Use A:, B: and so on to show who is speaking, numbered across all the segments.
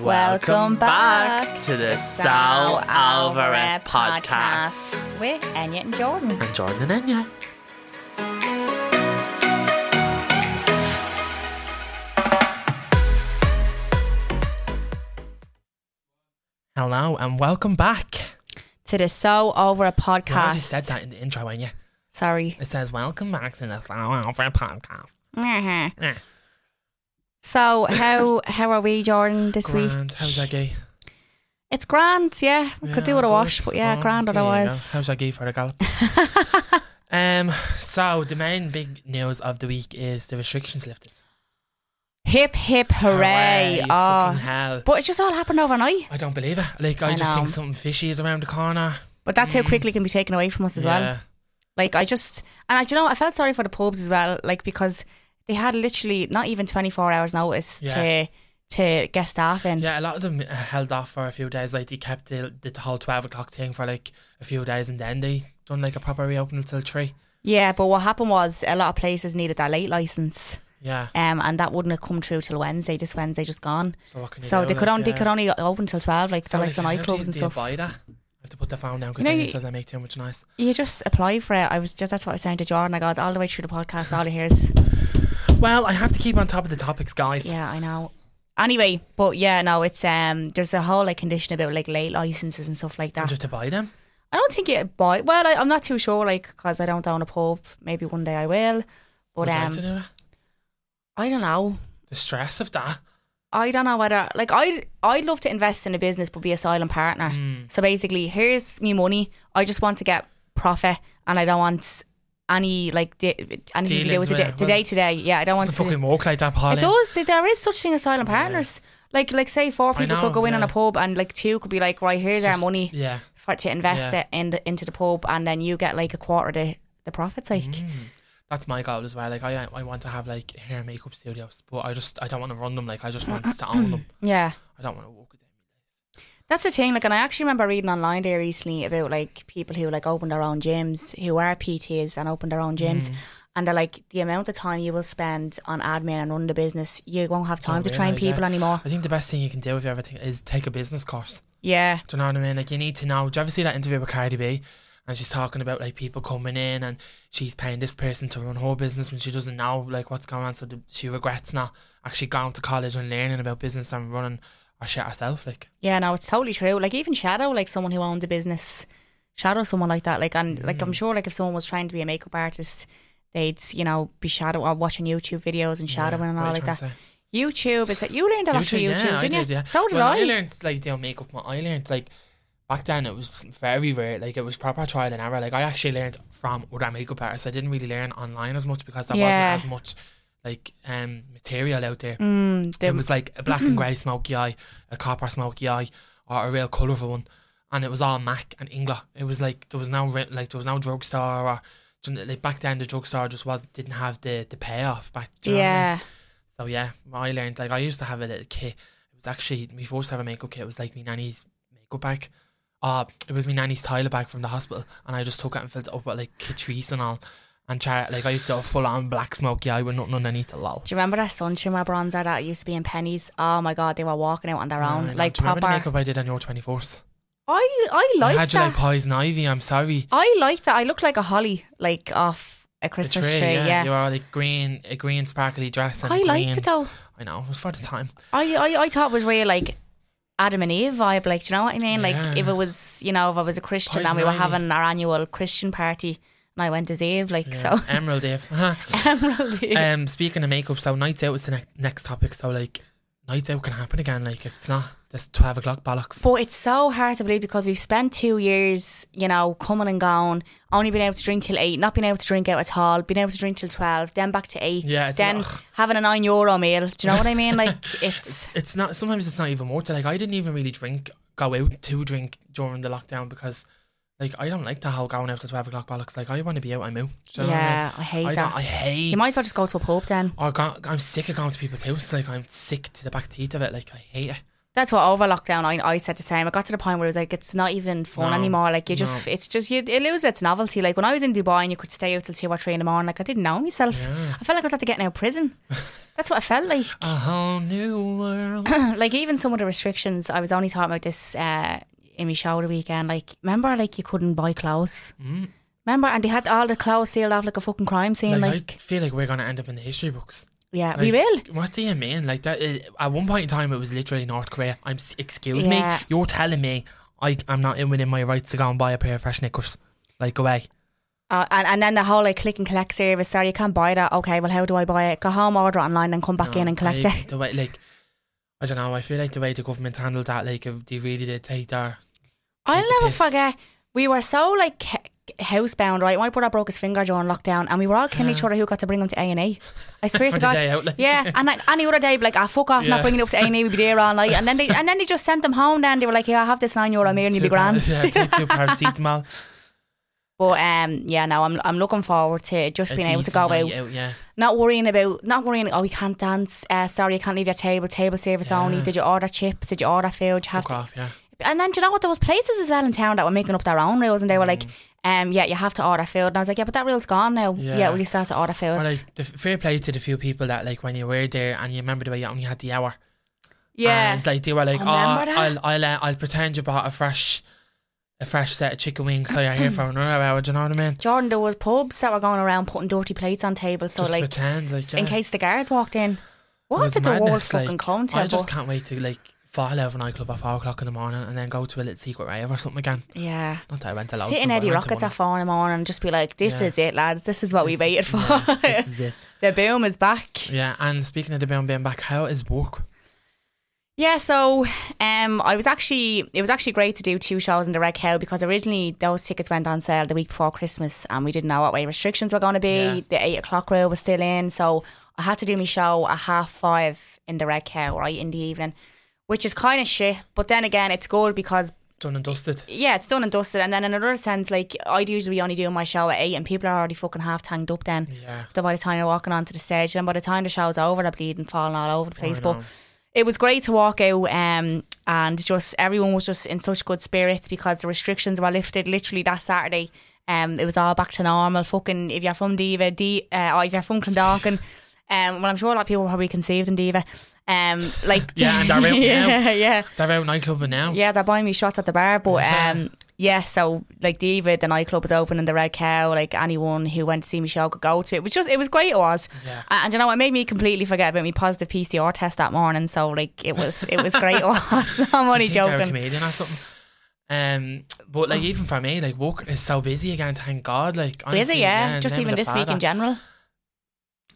A: Welcome back
B: to the Sal Alvarez podcast.
A: with Enya and Jordan.
B: And Jordan and Enya. Hello and welcome back.
A: To the So Over a
B: You already said
A: podcast.
B: that in the intro, ain't you?
A: Sorry.
B: It says welcome back to the Sal Alvarez podcast.
A: Mhm.
B: Yeah.
A: So how how are we, Jordan, this week?
B: Grand. How's that gay?
A: It's grand, yeah. We could do with a wash, but yeah, grand otherwise.
B: How's Oh, that gay for the gallop? um. So the main big news of the week is the restrictions lifted.
A: Hip hip hooray.
B: Hooray,
A: Oh.
B: Fucking hell.
A: But it just all happened overnight.
B: I don't believe it. Like I,
A: I
B: just
A: know.
B: think something fishy is around the corner.
A: But that's how quickly it can be taken away from us as well.
B: Mm. Yeah.
A: Like I just and I do you know I felt sorry for the pubs as well, like because they had literally not even twenty four hours notice
B: Yeah.
A: to to get staff in.
B: Yeah, a lot of them uh, held off for a few days. Like they kept the, the whole twelve o'clock thing for like a few days, and then they done like a proper reopening till three.
A: Yeah, but what happened was a lot of places needed their late license,
B: Yeah.
A: um, and that wouldn't have come through till Wednesday. This Wednesday just gone,
B: So what can you
A: so
B: do?
A: they could
B: Like,
A: only
B: yeah.
A: they could only open till twelve, like
B: So,
A: the likes of
B: how do you-
A: nightclubs
B: do you
A: and stuff.
B: buy that? I have to put the phone down because
A: You know,
B: then it
A: you-
B: says I make too much noise.
A: You just apply for it. I was just that's what I was saying to Jordan. I got all the way through the podcast. All I hear is
B: Well, I have to keep on top of the topics, guys.
A: yeah, I know. Anyway, but yeah, no, it's um, there's a whole like condition about like late licenses and stuff like that.
B: And Just to buy them.
A: I don't think it buy. Well, I, I'm not too sure, like, because I don't own a pub. Maybe one day I will. But
B: Would you like to
A: um,
B: do that?
A: I don't know.
B: The stress of that.
A: I don't know whether, like, I I'd love to invest in a business, but be a silent partner.
B: Mm. Hmm.
A: So basically, here's me money. I just want to get profit, and I don't want any like di- anything to do
B: Dealings
A: with
B: with
A: the day
B: it,
A: to
B: well,
A: day to day. Yeah, I don't want
B: Doesn't
A: to.
B: fucking work like that, Paul. eh?
A: It does. There- There is such thing as silent partners. Like, like say four people
B: know,
A: could go in on
B: yeah.
A: a pub, and like two could be like, right, here's our money.
B: Yeah.
A: for to invest
B: Yeah.
A: it in the, into the pub, and then you get like a quarter of the, the profits. Like,
B: Mm-hmm. Mm. That's my goal as well. Like I, I want to have like hair and makeup studios, but I just I don't want to run them. Like I just want to own them.
A: yeah,
B: I don't want to work with them.
A: that's the thing. Like, and I actually remember reading online there recently about like people who like open their own gyms, who are PTs and open their own gyms.
B: Mm.
A: And they're like the amount of time you will spend on admin and run the business, you won't have time
B: Don't
A: to train
B: realise, Oh, yeah.
A: people anymore.
B: I think the best thing you can do if you ever think is take a business course.
A: Yeah,
B: Do you know what I mean? Like you need to know. Do you ever see that interview with Cardi B? And she's talking about like people coming in and she's paying this person to run her business when she doesn't know like what's going on. So the, she regrets not actually going to college and learning about business and running our shit herself. Like
A: yeah, no, it's totally true. Like even shadow, like someone who owned a business, shadow someone like that. Like, and like
B: Mm.
A: I'm sure, like if someone was trying to be a makeup artist, they'd you know be shadow or watching YouTube videos and shadowing and
B: what
A: all
B: are you
A: like
B: trying to
A: that.
B: say?
A: YouTube. It's like you learned a lot from YouTube,
B: yeah,
A: didn't
B: I
A: you?
B: did, yeah.
A: So did
B: Well,
A: I.
B: I learned like doing makeup. I learned like back then it was very rare. Like it was proper trial and error. Like I actually learned from other makeup artists. I didn't really learn online as much because there
A: Yeah.
B: wasn't as much like um material out there.
A: Mm, the-
B: It was like a black and grey smoky eye, a copper smoky eye, or a real colourful one, and it was all Mac and Ingla. It was like there was no re- like there was no drugstore or do you know, like back then the drugstore just was didn't have the the payoff back. do you know what I mean?
A: yeah,
B: So yeah, I learned like I used to have a little kit. It was actually my first ever makeup kit. was like my nanny's makeup bag. Uh, it was my nanny's toilet bag from the hospital, and I just took it and filled it up with like Catrice and all, and try like I used to have full on black smoky eye with nothing underneath it. Lol.
A: do you remember that sunshimmer bronzer that used to be in pennies? Oh my god, they were walking out on their own,
B: I know.
A: like
B: do you remember the
A: proper.
B: makeup I did on your twenty fourth?
A: I I
B: I
A: liked
B: had you
A: that.
B: like poison ivy. I'm sorry.
A: I liked that. I looked like a holly, like off a
B: The
A: Christmas tree. Yeah,
B: you were like green, a green sparkly dress. And
A: I liked
B: green-
A: it though.
B: I know it was for the time.
A: I, I I thought it was real like. Adam and Eve vibe, like, do you know what I mean?
B: Yeah.
A: Like, if it was, you know, if I was a Christian and we
B: Poison
A: were
B: ivy.
A: having our annual Christian party and I went as Eve, like,
B: Yeah. Emerald Eve.
A: so. Emerald Eve.
B: um, speaking of makeup, so nights out is the ne- next topic. So like, nights out can happen again. Like it's not this twelve o'clock bollocks.
A: But it's so hard to believe because we've spent two years, you know, coming and going, only been able to drink till eight, not being able to drink out at all, being able to drink till 12, then back to eight,
B: Yeah, it's
A: then
B: ugh.
A: having a nine euro meal. Do you know what I mean? Like, it's.
B: It's not. Sometimes it's not even worth it. Like I didn't even really drink, go out to drink during the lockdown because, like, I don't like the whole going out to twelve o'clock bollocks. Like I want to be out. I'm out. Do you know what
A: yeah, I
B: I,
A: hate
B: mean? I,
A: that.
B: don't, I hate.
A: you might as well just go to a pub then.
B: I got, I'm sick of going to people's house. Like I'm sick to the back teeth of it. Like I hate it.
A: That's what over lockdown I, I said the same. I got to the point where it was like it's not even fun
B: No.
A: anymore. Like you just it's just you it loses its novelty. Like when I was in Dubai and you could stay out till two or three in the morning, like I didn't know myself.
B: Yeah.
A: I felt like I was after getting out of prison. That's what I felt like.
B: A whole new world.
A: like even some of the restrictions. I was only talking about this uh, in my show the weekend. Like remember, like you couldn't buy clothes.
B: Mm.
A: Remember, and they had all the clothes sealed off like a fucking crime scene. Like,
B: I feel like we're gonna end up in the history books.
A: yeah, we
B: like,
A: will.
B: What do you mean? Like that? uh, At one point in time, it was literally North Korea. I'm. s- Excuse
A: Yeah.
B: me. You're telling me I am not in within my rights to go and buy a pair of fresh knickers. Like go away.
A: Uh, and, and then the whole like click and collect service. Sorry, you can't buy that. Okay, well, how do I buy it? Go home, order it online, and come back in and collect
B: like,
A: it.
B: The way, like, I don't know. I feel like the way the government handled that, like, if they really did take their.
A: I'll
B: the
A: never
B: piss.
A: forget. We were so like h- housebound, right? My brother broke his finger during lockdown, and we were all killing each other who got to bring him to A and E. I swear
B: Uh-huh. For the
A: to God.
B: day out, like.
A: Yeah, and like any other day, be like, ah, fuck off,
B: Yeah.
A: not bringing it up to A and E. We'd be there all night, and then they and then they just sent them home. Then they were like, yeah, I have this nine euro meal, and you'd be
B: Two pa-
A: grand.
B: Yeah, take two paracetamol.
A: But um, yeah, no, I'm I'm looking forward to just
B: a
A: being able to
B: decent
A: go out,
B: night out. Yeah.
A: not worrying about not worrying. Oh, we can't dance. Uh, sorry, you can't leave your table. Table service only.
B: Yeah.
A: Did you order chips? Did you order food? You have
B: Fuck
A: to
B: off. Yeah.
A: And then do you know what? There was places as well in town that were making up their own rules, and they were like, um, "Yeah, you have to order food." And I was like, "Yeah, but that rule's gone now. Yeah,
B: Mm. Yeah.
A: well, you still have to order food."
B: Or like the f- fair play to the few people that like when you were there and you remember the way you only had the hour.
A: yeah,
B: And like they were like,
A: I
B: oh,
A: remember that."
B: I'll I'll, uh, I'll pretend you bought a fresh, a fresh set of chicken wings, so you're here for another hour. Do you know what I mean?
A: Jordan, there was pubs that were going around putting dirty plates on tables, so
B: just
A: like
B: pretend, like yeah.
A: in case the guards walked in.
B: It
A: What
B: was
A: did the world
B: madness,
A: fucking
B: like,
A: come to?
B: I just
A: But-
B: can't wait to like fall out of a nightclub at four o'clock in the morning and then go to a little secret rave or something again.
A: yeah.
B: Not that I went to loads.
A: Sit in
B: but I
A: Eddie
B: went to
A: Rockets
B: one.
A: at four in the morning and just be like, this
B: Yeah.
A: is it, lads. This is what we
B: This-
A: waited for.
B: Yeah, this is it.
A: the boom is back.
B: Yeah, and speaking of the boom being back, how is work?
A: Yeah, so um, I was actually it was actually great to do two shows in the Red Cow because originally those tickets went on sale the week before Christmas and we didn't know what way restrictions were going to be.
B: Yeah.
A: The eight o'clock rule was still in, so I had to do my show at half five in the Red Cow right in the evening, which is kind of shit. But then again, it's good because
B: Done and dusted.
A: yeah, it's done and dusted. And then in another sense, like I'd usually only do my show at eight and people are already fucking half tanged up then.
B: Yeah.
A: So by the time you're walking onto the stage, and by the time the show's over, they're bleeding, falling all over the place.
B: I
A: But
B: know.
A: it was great to walk out um, and just everyone was just in such good spirits because the restrictions were lifted literally that Saturday. Um, it was all back to normal. Fucking, if you're from Diva, D, uh, or if you're from Clondalkin, um, well, I'm sure a lot of people were probably conceived in Diva. Um, like,
B: Yeah, and they're out now.
A: yeah, yeah,
B: They're out nightclubbing now.
A: yeah, they're buying me shots at the bar, but
B: Uh-huh.
A: um, yeah. So like Diva, the nightclub was open in the Red Cow. Like anyone who went to see me show could go to it. It was just, it was great. It was.
B: Yeah.
A: And, and you know, it made me completely forget about my positive PCR test that morning. So like, it was, it was great. It was. I'm
B: Do
A: only
B: you think they're a
A: joking.
B: comedian or something. Um, but like even for me, like work is so busy again. Thank God. Like
A: But
B: honestly,
A: is it? Yeah.
B: in
A: Just
B: the name
A: even
B: of the
A: this week in
B: Father-
A: general.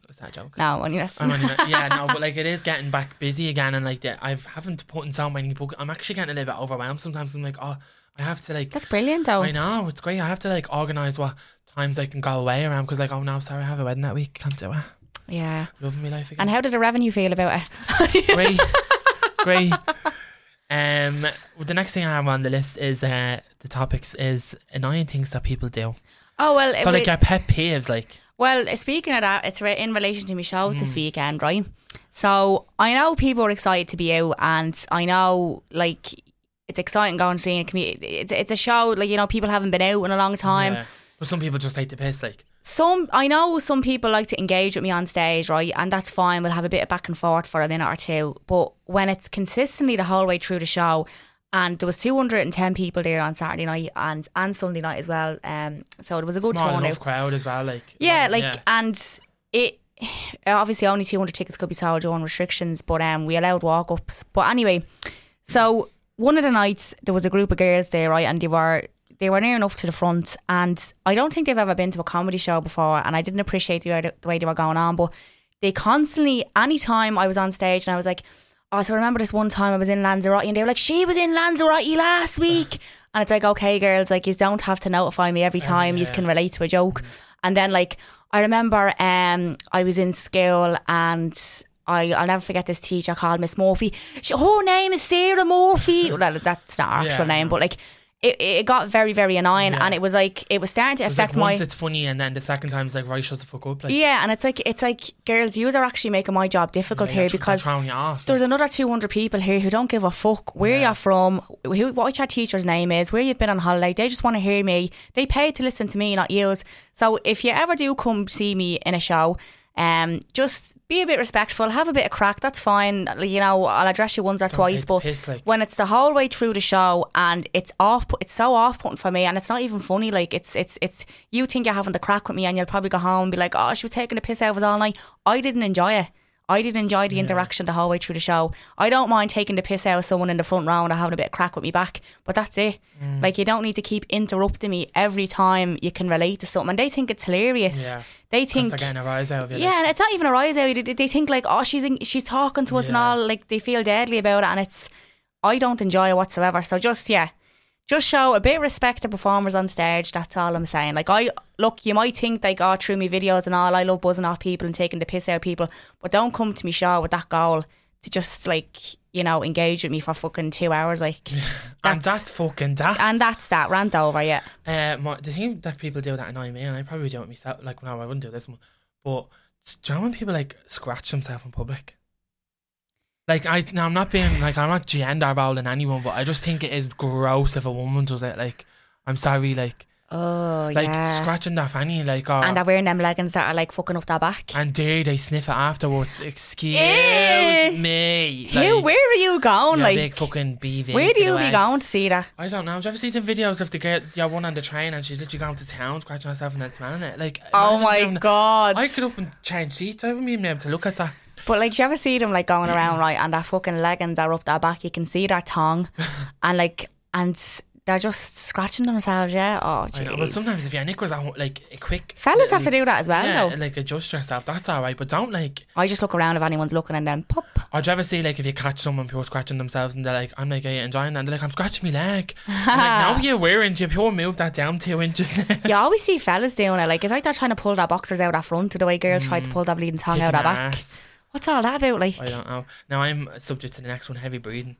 B: Was that a joke?
A: No, only this.
B: I'm only- yeah, no, but like it is getting back busy again, and like the, I've haven't put in so many book. I'm actually getting a little bit overwhelmed sometimes. I'm like, oh, I have to like.
A: That's brilliant, though.
B: I know it's great. I have to like organize what times I can go away around because like, oh no, sorry, I have a wedding that week. Can't do it.
A: Yeah.
B: Loving my life
A: And
B: again.
A: how did the revenue feel about it?
B: great, great. Um, well, the next thing I have on the list is uh the topics is annoying things that people do.
A: Oh well, it
B: So
A: wa-
B: like our pet peeves, like
A: Well, speaking of that, it's re- in relation to my shows
B: Mm.
A: this weekend, right? So I know people are excited to be out, and I know like it's exciting going and seeing a community. It's, it's a show like you know people haven't been out in a long time.
B: yeah. but some people just take the piss, like
A: Some I know some people like to engage with me on stage, right? And that's fine. We'll have a bit of back and forth for a minute or two. But when it's consistently the whole way through the show, and there was 210 people there on Saturday night and and Sunday night as well. Um, so it was a good
B: small
A: turnout.
B: enough crowd as well, like
A: Yeah, like and it obviously only 200 tickets could be sold during restrictions, but um we allowed walk ups. But anyway, so one of the nights there was a group of girls there, right, and they were they were near enough to the front, and I don't think they've ever been to a comedy show before, and I didn't appreciate the way, the way they were going on, but they constantly, any time I was on stage and I was like, oh, so I remember this one time I was in Lanzarote and they were like, she was in Lanzarote last week. And it's like, okay, girls, like, you don't have to notify me every time. You
B: Oh, yeah. Mm.
A: can relate to a joke. And then, like, I remember um, I was in school and I, I'll never forget this teacher called Miss Murphy. She, her name is Sarah Murphy. Well, that- that's not her
B: Yeah,
A: actual
B: I
A: name,
B: know.
A: but like, it, it got very very annoying,
B: Yeah.
A: and it was like it was starting to
B: It's
A: affect
B: like once
A: my
B: it's funny, and then the second time it's like right, shut the fuck up. Like
A: yeah, and it's like it's like girls, you are actually making my job difficult
B: like,
A: here
B: that's- that's
A: because
B: throwing you off.
A: there's another 200 people here who don't give a fuck where
B: Yeah.
A: you're from, who, what your teacher's name is, where you've been on holiday. They just want to hear me. They pay to listen to me, not yours. So if you ever do come see me in a show, um, just be a bit respectful, have a bit of crack. That's fine. You know, I'll address you once or
B: take
A: twice,
B: the
A: but
B: piss, like.
A: when it's the whole way through the show and it's off, it's so off putting for me, and it's not even funny. Like it's it's it's you think you're having the crack with me, and you'll probably go home and be like, "Oh, she was taking the piss out of us all night." I didn't enjoy it. I didn't enjoy the interaction the whole way through the show. I don't mind taking the piss out of someone in the front row and having a bit of crack with me back, but that's it.
B: Mm.
A: Like you don't need to keep interrupting me every time you can relate to something. And they think it's hilarious.
B: Yeah.
A: They think
B: they're getting a rise out of you. like,
A: yeah, and it's not even a rise out. They, they think like, oh, she's in, she's talking to us and
B: Yeah.
A: all. Like they feel deadly about it, and it's I don't enjoy it whatsoever. So just yeah, just show a bit of respect to performers on stage. That's all I'm saying. Like I look, you might think like, oh, through me videos and all, I love buzzing off people and taking the piss out of people, but don't come to me show with that goal to just like you know engage with me for fucking two hours. Like
B: and that's fucking that.
A: and that's that rant over. Yeah,
B: Uh, my, the thing that people do that annoy me, and I probably do it myself. Like, no, I wouldn't do this one. But do you know when people like scratch themselves in public? Like, I now I'm not being like I'm not gender bowling anyone, but I just think it is gross if a woman does it. Like, I'm sorry, like,
A: oh
B: like
A: yeah,
B: scratching their fanny, like, or,
A: and they're wearing them leggings that are like fucking up their back.
B: and dare they sniff it afterwards? Excuse
A: Eh.
B: me.
A: Who? Where are you going?
B: yeah,
A: like
B: big fucking BV.
A: Where do
B: get
A: you
B: away.
A: be going to see that?
B: I don't know. Have you ever seen the videos of the girl, your one on the train, and she's literally going to town, scratching herself and then smelling it? Like,
A: Oh
B: imagine doing
A: my
B: that.
A: god!
B: I could up and change seats. I wouldn't even be able to look at that.
A: but like, do you ever see them like going around right, and their fucking leggings are up their back? You can see their tongue, and like, and s- they're just scratching themselves. Yeah. Oh
B: I know, but sometimes
A: jeez.
B: if your knickers was out, like a quick,
A: Fellas have to
B: little-
A: do that as well,
B: yeah,
A: though.
B: like adjust yourself. That's all right, but don't like.
A: I just look around if anyone's looking, and then pop.
B: Or do you ever see like if you catch someone pure scratching themselves and they're like, I'm like, hey, enjoying that, and they're like, I'm scratching my leg. I'm like, no, you're wearing. You pure move that down two inches.
A: You always see fellas doing it. Like it's like they're trying to pull their boxers out of their front, the way girls try to pull their bleeding tongue out of their back.
B: Mm. Arse.
A: What's all that about? Like,
B: I don't know. Now I'm subject to the next one, heavy breathing.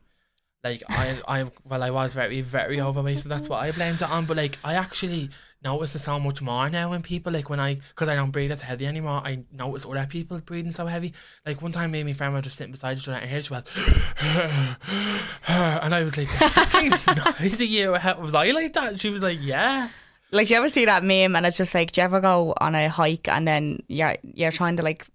B: Like I, I well, I was very, very overweight, so that's what I blamed it on. But like, I actually notice it so much more now when people like when I, because I don't breathe as heavy anymore. I notice other people breathing so heavy. Like one time, me and my friend were just sitting beside each other, and here she was, and I was like, "The "Fucking noisy you out." was I like that?" She was like, "Yeah."
A: Like, do you ever see that meme? And it's just like, do you ever go on a hike and then you're you're trying to like,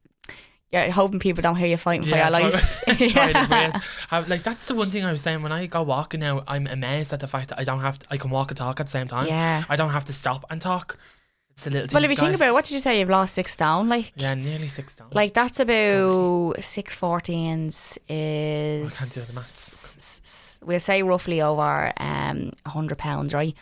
A: you're hoping people don't hear you fighting for your life.
B: try- try to breathe. Have- like that's the one thing I was saying when I go walking now. I'm amazed at the fact that I don't have to, I can walk and talk at the same time.
A: Yeah.
B: I don't have to stop and talk. It's the little.
A: Well, if you
B: things,
A: think
B: guys.
A: about it, what did you say? You've lost six stone, like.
B: Yeah, nearly six down.
A: Like that's about six fourteens is.
B: I can't do the maths.
A: s- s- We'll say roughly over um hundred pounds, right?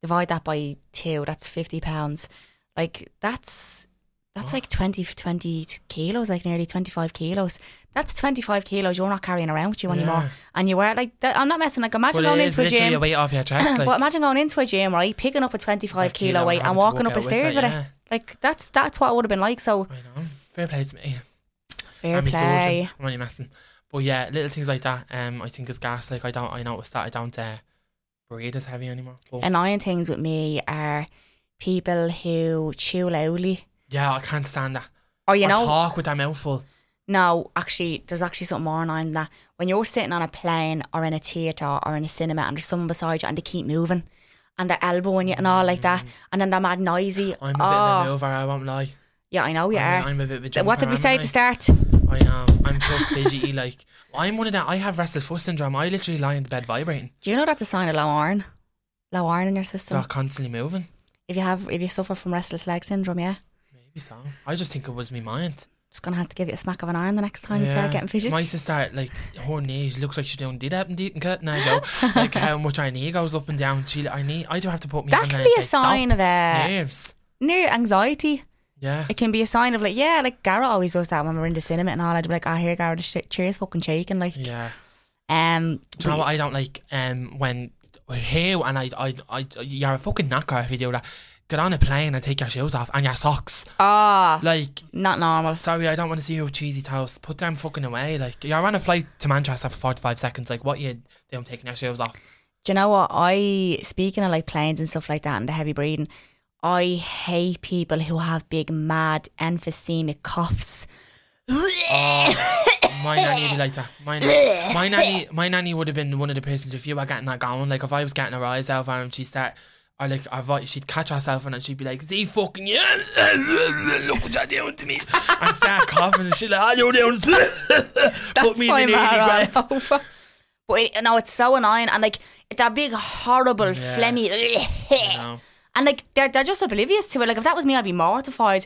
A: Divide that by two. That's fifty pounds. Like that's that's like 20, 20 kilos, like nearly twenty five kilos. That's twenty five kilos you're not carrying around with you
B: Yeah.
A: anymore, and you wear like that, I'm not messing. Like imagine
B: well,
A: going
B: it is
A: into a
B: literally
A: gym.
B: a weight off your chest. Like,
A: Well, imagine going into a gym, right? Picking up a 25
B: Like, you
A: kilo
B: know,
A: weight and
B: having to
A: walking
B: walk
A: up the
B: out with
A: stairs
B: that,
A: with
B: yeah.
A: it. Like that's that's what it would have been like. So
B: I know. Fair play to me.
A: fair
B: I'm a surgeon.
A: play.
B: I'm only messing. But yeah, little things like that. Um, I think is gas. Like I don't. I noticed that I don't uh, breathe as heavy anymore. But,
A: Annoying things with me are people who chew loudly.
B: yeah, I can't stand that.
A: Or you
B: Or
A: know,
B: talk with their mouth full.
A: no, actually, there's actually something more annoying than that. When you're sitting on a plane or in a theatre or in a cinema and there's someone beside you and they keep moving and they're elbowing you and all like that, and then they're mad noisy.
B: Mm. I'm a bit of a
A: oh,
B: mover. I won't lie.
A: yeah, I know you
B: I'm,
A: are.
B: I'm a bit of a
A: Th- what did we
B: jumper,
A: say
B: am
A: to
B: I?
A: start?
B: I know. I'm so fidgety. like I'm one of that. I have restless foot syndrome. I literally lie in the bed vibrating,
A: Do you know that's a sign of low iron? Low iron in your system.
B: not constantly moving.
A: If you have, if you suffer from restless leg syndrome, yeah,
B: Maybe so. I just think it was me mind.
A: just gonna have to give you a smack of an iron the next time you start getting fidgety.
B: My sister, like her knee, she looks like she don't do that and do and cut. And I go, like how much our knee goes up and down. She, I knee, I do have to put me.
A: that can be a sign of
B: Stop.
A: a
B: Nerves.
A: near anxiety.
B: Yeah.
A: It can be a sign of like, yeah, like Garrett always does that when we're in the cinema and all. I'd be like, I hear Garrett, the chair's fucking shaking. Like,
B: Yeah.
A: um,
B: Do you know
A: we-
B: what I don't like? Um, when here and I, I, I, you're a fucking knocker if you do that. Get on a plane and take your shoes off and your socks.
A: ah,
B: Like
A: not normal.
B: Sorry, I don't want to see you with cheesy toast. Put them fucking away. Like you're on a flight to Manchester for forty five seconds. Like what you? They don't taking their shoes off.
A: Do you know what? I speaking of like planes and stuff like that and the heavy breathing, I hate people who have big mad emphysemic coughs.
B: Oh, my nanny would be like that. My, na- my nanny, my nanny would have been one of the persons if you were getting that going. Like if I was getting her eyes out of her and she start, or like I thought she'd catch herself and then she'd be like, "See fucking you, look what you're doing to me," and start coughing and she'd like, "I know down." Put
A: That's
B: me
A: why
B: in the
A: I'm
B: nearly
A: all over. But it, no, it's so annoying and like that big horrible
B: Yeah.
A: phlegmy.
B: No.
A: And like they're, they're just oblivious to it. Like if that was me, I'd be mortified.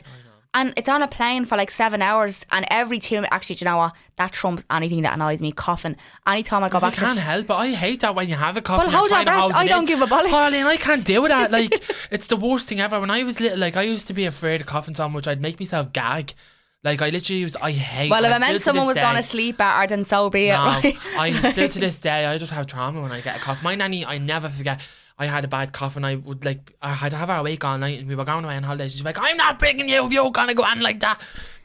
A: And it's on a plane for like seven hours, and every two actually, do you know what? That trumps anything that annoys me. Coughing. Anytime I go
B: I
A: back, to
B: can't help it. I hate that when you have a cough.
A: Well,
B: and you're
A: hold your
B: trying to
A: breath.
B: hold it
A: I don't
B: in.
A: give a bollocks.
B: Pauline, I can't deal with that. Like, it's the worst thing ever. When I was little, like, I used to be afraid of coughing so much, I'd make myself gag. Like, I literally used, I hate
A: well,
B: and
A: if
B: I
A: it
B: still
A: meant
B: to
A: someone
B: this
A: was going
B: day-
A: to sleep better, then so be it.
B: No,
A: right?
B: I still to this day, I just have trauma when I get a cough. My nanny, I never forget. I had a bad cough and I would like, I had to have her awake all night and we were going away on holidays. She's like, I'm not picking you if you're going to go on like that.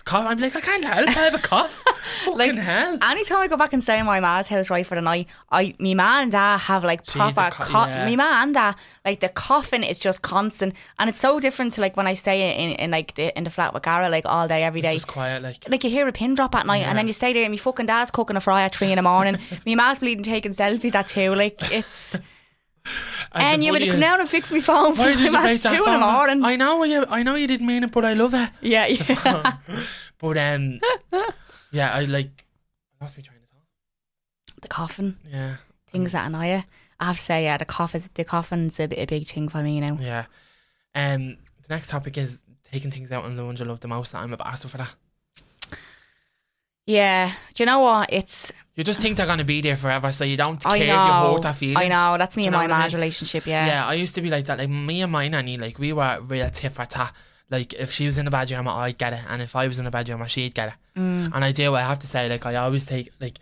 B: Cough. I'm like, I can't help. I have a cough. Fucking
A: like
B: hell.
A: anytime I go back and stay in my ma's house right for the night, I me ma and dad have like
B: a
A: proper
B: co-
A: co-
B: yeah.
A: me ma and dad like the coughing is just constant, and it's so different to like when I stay in, in like the, in the flat with Gara like all day every day.
B: Just quiet, like.
A: like you hear a pin drop at night and then you stay there and your fucking dad's cooking a fry at three in the morning. my ma's bleeding taking selfies at two. Like it's and,
B: the
A: you would
B: funny
A: come
B: is-
A: down and fix me phone for
B: Why
A: my
B: did you
A: at
B: make
A: two
B: that
A: in the
B: phone?
A: morning.
B: I know, yeah, I know you didn't mean it, but I love it.
A: yeah, yeah.
B: But um, yeah, I like I lost me train of thought.
A: the coffin.
B: Yeah,
A: Things that annoy you. I have to say, yeah, the coffins the coffin's a, bi- a big thing for me now.
B: yeah. Um, the next topic is taking things out on loans. I love the most. that I'm a bastard for that.
A: Yeah. Do you know what? It's
B: You just think they're gonna be there forever, so you don't care.
A: I
B: if You
A: know.
B: hold that feeling.
A: I know. That's
B: Do
A: me
B: you
A: and
B: know
A: my
B: what I
A: man's
B: mean?
A: relationship, yeah.
B: Yeah, I used to be like that. Like me and my nanny, like we were real tit for tat. Like if she was in a bad jam, I'd get it, and if I was in a bad jam, she'd get it.
A: Mm.
B: And I do. I have to say, like I always take like.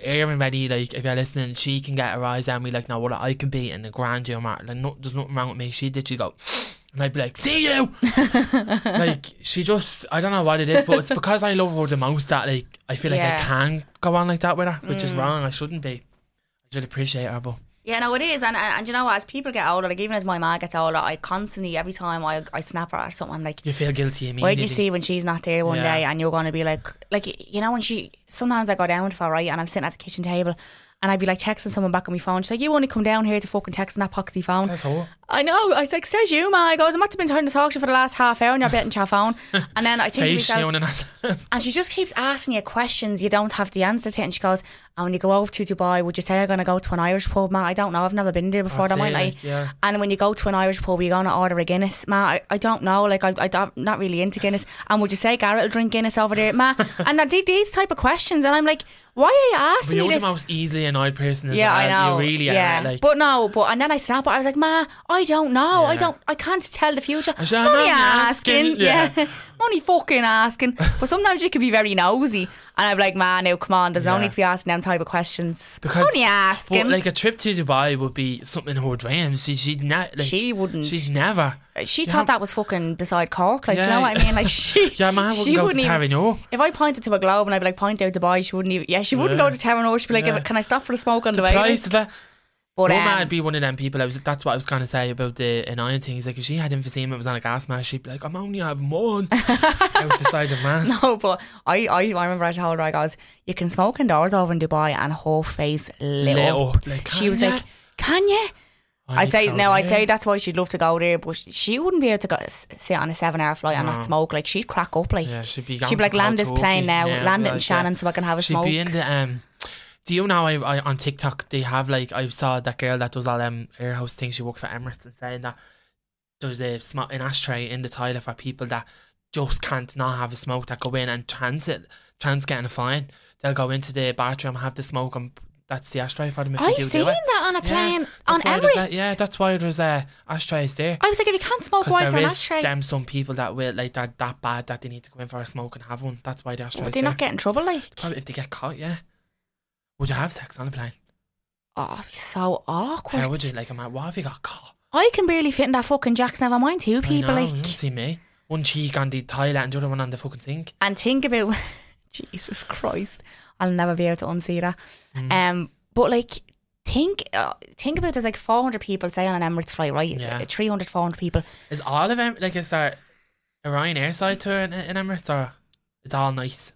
B: Erin ready, like if you're listening, she can get her eyes on me. Like, no, what I can be in the grand jam, like, no, there's nothing wrong with me. She did, she go, and I'd be like, see you. like, she just, I don't know what it is, but it's because I love her the most that, like, I feel like
A: Yeah. Mm.
B: I can go on like that with her, which is wrong. I shouldn't be. I should appreciate her, but
A: Yeah, no, it is, and, and and you know what? As people get older, like even as my ma gets older, I constantly every time I I snap her or something, I'm like,
B: you feel guilty immediately.
A: Wait, till you see when she's not there one
B: Yeah.
A: day, and you're going to be like, like you know, when she sometimes I go down to her right, and I'm sitting at the kitchen table, and I'd be like texting someone back on my phone. She's like, "You only come down here to fucking text on that poxy phone."
B: That's all.
A: I know. I was like, "Says you, ma." I goes, "I must have been trying to talk to you for the last half hour, and you're betting to your phone." And then I think to
B: Face
A: myself,
B: showing and that.
A: and she just keeps asking you questions you don't have the answer to. And she goes, And when you go over to Dubai, would you say you're going to go to an Irish pub, man? I don't know. I've never been there before.
B: I'd
A: That might
B: say,
A: like.
B: like, yeah.
A: And when you go to an Irish pub, you're going to order a Guinness, ma. I, I don't know. Like, I, I don't, not really into Guinness. And would you say Garrett will drink Guinness over there, ma? and I did these type of questions. And I'm like, Why are you
B: But
A: asking
B: you're the
A: me this?
B: most easily annoyed person. As
A: yeah, I
B: well.
A: know.
B: You really
A: yeah,
B: are. Like,
A: but no, but and then I snap. I was like, "Ma, I don't know. I
B: Yeah.
A: don't. I can't tell the future.
B: I said, I'm
A: Money
B: only
A: asking.
B: asking,
A: Yeah,
B: yeah.
A: money fucking asking. But sometimes you can be very nosy, and I'm like, "Ma, no, come on. There's no
B: Yeah.
A: need to be asking them type of questions.
B: Because-
A: money asking.
B: But like a trip to Dubai would be something in her dreams. She she'd not like
A: She wouldn't.
B: She's never.
A: she
B: Yeah.
A: thought that was fucking beside Cork. Like, do you
B: Yeah.
A: know what I mean? Like, she,
B: Yeah, man wouldn't
A: she
B: go
A: wouldn't
B: to
A: even.
B: Tarino.
A: If I pointed to a globe and I'd be like, point out Dubai, she wouldn't even. Yeah, she wouldn't
B: Yeah.
A: go to Terranor. She'd be like,
B: Yeah.
A: can I stop for the smoke on the, way?
B: Price of it.
A: But
B: Your
A: um,
B: would be one of them people. I was. That's what I was gonna say about the annoying things. Like if she had emphysema, it was on a gas mask. She'd be like, "I'm only having one." out the side of mask.
A: No, but I, I, I remember I told her, I goes, you can smoke indoors over in Dubai and her face lit,
B: Lit
A: up.
B: up, like,
A: she was
B: "Can
A: like,
B: ya?"
A: can you?
B: I
A: I'd
B: need
A: say,
B: to go
A: no, I'd
B: there.
A: say that's why she'd love to go there, but sh- she wouldn't be able to go, s- sit on a seven hour flight and not smoke. Like, she'd crack up. Like,
B: Yeah, she'd be. gone
A: she'd be like,
B: for cold
A: land this plane
B: turkey.
A: now,
B: Yeah,
A: land
B: be
A: it in
B: like,
A: Shannon
B: yeah.
A: so I can have a
B: She'd
A: smoke.
B: be in the um. Do you know? I, I on TikTok they have like I saw that girl that does all um air house things. She works for Emirates and saying that there's a smoke an ashtray in the toilet for people that just can't not have a smoke that go in and transit trans getting a fine. They'll go into the bathroom, have the smoke, and that's the ashtray for them. If they
A: I've
B: do
A: seen
B: do it.
A: that on a plane on
B: that's why there's
A: Emirates.
B: that- yeah, that's why there's uh, ashtrays there.
A: I was like, if you can't smoke, why
B: Because
A: is there
B: there
A: an
B: is
A: ashtray?
B: them some people that will like that that bad that they need to go in for a smoke and have one. That's why the ashtrays
A: Would they
B: there.
A: not get in trouble? Like,
B: Probably if they get caught, yeah. Would you have sex on a plane?
A: oh, it'd be so awkward.
B: How would you like? I'm like, why have you got caught?
A: I can barely fit in that fucking jacks, never mind two people.
B: I know,
A: like,
B: you don't see me. One cheek on the toilet and the other one on the fucking sink.
A: and think about Jesus Christ, I'll never be able to unsee that. Um, but like, think uh, think about there's like 400 people say on an Emirates flight, right?
B: Yeah.
A: Uh, 300, 400 people.
B: Is all of them like is there a Ryanair side to an, an Emirates or it's all nice?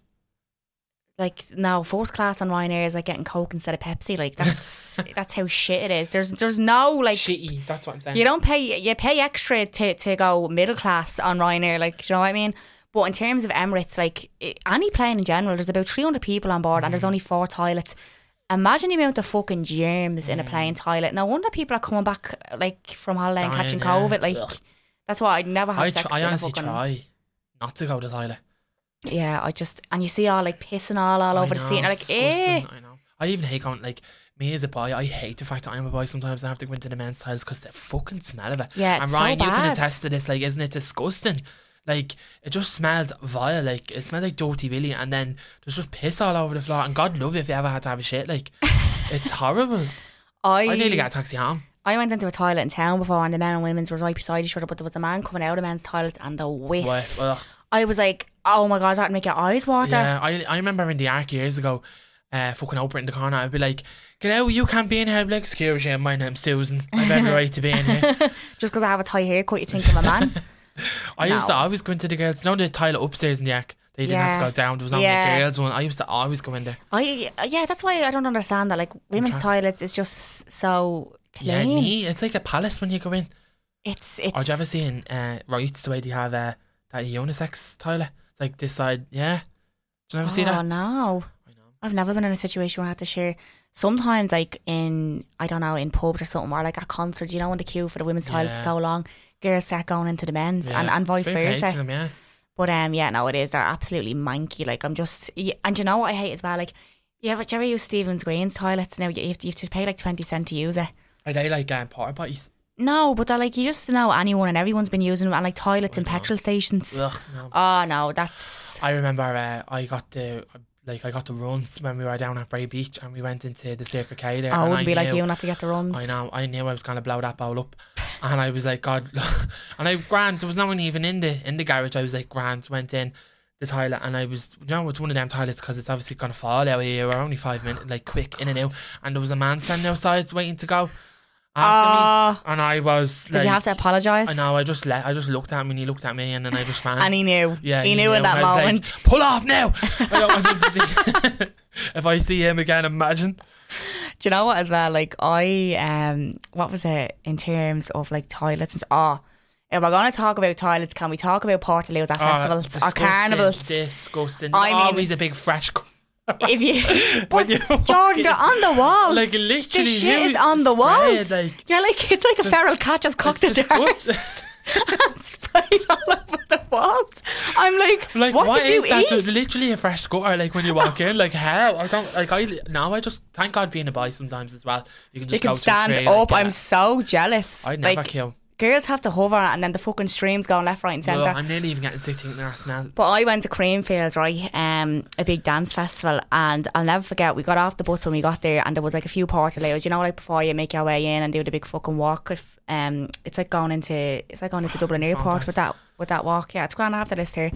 A: Like now, first class on Ryanair is like getting Coke instead of Pepsi. Like that's that's how shit it is. There's there's no like
B: Shitty. That's what I'm saying.
A: you don't pay you pay extra to to go middle class on Ryanair. Like do you know what I mean? But in terms of Emirates, like i- any plane in general, there's about 300 people on board and
B: Mm.
A: there's only four toilets. Imagine the amount of fucking germs in a plane toilet. No wonder people are coming back like from holiday and
B: Dying,
A: catching
B: yeah.
A: COVID. Like that's why I'd never have
B: I,
A: sex.
B: tr- I
A: in a
B: honestly
A: fucking-
B: try not to go to the toilet.
A: Yeah, I just and you see all like pissing all all
B: I
A: over the
B: know,
A: seat. And you're
B: it's
A: like, eh.
B: disgusting, I know. I even hate going like me as a boy. I hate the fact that I'm a boy. Sometimes and I have to go into the men's toilets because the fucking smell of it.
A: Yeah,
B: and
A: it's
B: Ryan,
A: so
B: you can
A: bad.
B: attest to this. Like, isn't it disgusting? Like it just smells vile. Like it smells like dirty Billy, and then there's just piss all over the floor. And God love you if you ever had to have a shit. Like it's horrible.
A: I
B: I nearly got a taxi home.
A: I went into a toilet in town before, and the men and women's were right beside each other. But there was a man coming out of men's toilet, and the whiff.
B: Well, well,
A: I was like, oh my god, that'd make your eyes water.
B: yeah, I I remember in the arc years ago. Uh, fucking Oprah in the corner, I'd be like, "Get out! You can't be in here." I'd be like, "Excuse you, my name's Susan. I have every right to be in here."
A: Just because I have a tight haircut, you think I'm a man?
B: I used to
A: No.
B: always go into the girls. No, the toilet upstairs in the arc. They didn't have to
A: Yeah.
B: go down. There was only
A: Yeah.
B: a girls one. I used to always go in there.
A: I uh, yeah, that's why I don't understand that. Like women's
B: Contract.
A: toilets is just so
B: Yeah,
A: clean.
B: me. It's like a palace when you go in.
A: It's
B: Or
A: it's
B: do you ever seen uh, rights the way they have uh, that unisex toilet? It's like this side. Yeah. Do you ever see that?
A: Oh no.
B: I know.
A: I've never been in a situation where I had to share. Sometimes, like in I don't know, in pubs or something, or like at concerts, you know, in the queue for the women's toilet
B: Yeah.
A: for so long, girls start going into the men's,
B: Yeah.
A: and, and vice
B: Fair play to
A: versa.
B: them, yeah.
A: But um, yeah, no, it is. They're absolutely manky. Like I'm just, y- and you know what I hate as well. Like you ever, do you ever use Stevens Green's toilets? Now you have, to, you have to pay like twenty cent to use it.
B: Are they like um, porta potties?
A: No, but they're like you just know anyone and everyone's been using them, and like toilets and petrol stations.
B: Ugh, no.
A: Oh no, that's
B: I remember uh, I got the like I got the runs when we were down at Bray Beach and we went into the Circle K there.
A: I
B: and
A: wouldn't Oh, be like
B: knew-
A: you not to get the runs.
B: I know. I knew I was gonna blow that bowl up, and I was like, God. and I Grant, there was no one even in the in the garage. I was like, Grant went in the toilet, and I was, you know, it's one of them toilets because it's obviously gonna fall out here. We're only five minutes, like quick in and out, and there was a man standing outside waiting to go after me, and I was.
A: Did
B: like,
A: you have to apologise?
B: I know. I just let. I just looked at him, and he looked at me, and then I just ran.
A: And he knew.
B: Yeah,
A: he, knew, in that
B: and I was like,
A: moment.
B: Pull off now! I don't want him to see. if I see him again, imagine.
A: Do you know what as well? Like I um what was it in terms of like toilets and oh if we're gonna talk about toilets, can we talk about Portaloos at
B: Oh,
A: festivals or
B: disgusting,
A: carnivals?
B: Disgusting.
A: I mean-
B: always a big fresh. c-
A: If you
B: When
A: But
B: you
A: Jordan, they're on the walls.
B: Like, literally,
A: The shit
B: who
A: is on the
B: sprayed,
A: walls.
B: like-
A: yeah, like it's like a feral cat just cocked
B: It's
A: its arse
B: disgusting.
A: and sprayed all over the walls. I'm like,
B: Like
A: what,
B: what
A: did you
B: is that?
A: eat?
B: Just literally a fresh gutter. Like when you walk in, like how I don't like I now I just thank God being a boy sometimes as well. You can
A: you
B: just
A: can
B: go
A: stand
B: to a tree,
A: up.
B: Like,
A: I'm
B: yeah.
A: so jealous.
B: I'd never
A: like,
B: kill.
A: Girls have to hover and then the fucking stream's going left, right, and
B: Ugh,
A: centre.
B: I'm nearly even getting sick to eating ass now.
A: But I went to Cranfields, right? Um, a big dance festival, and I'll never forget. We got off the bus when we got there, and there was like a few portaloos. You know, like before you make your way in and do the big fucking walk. If, um, it's like going into it's like going into Dublin Airport
B: that.
A: with that with that walk. Yeah, it's grand. I have the list here.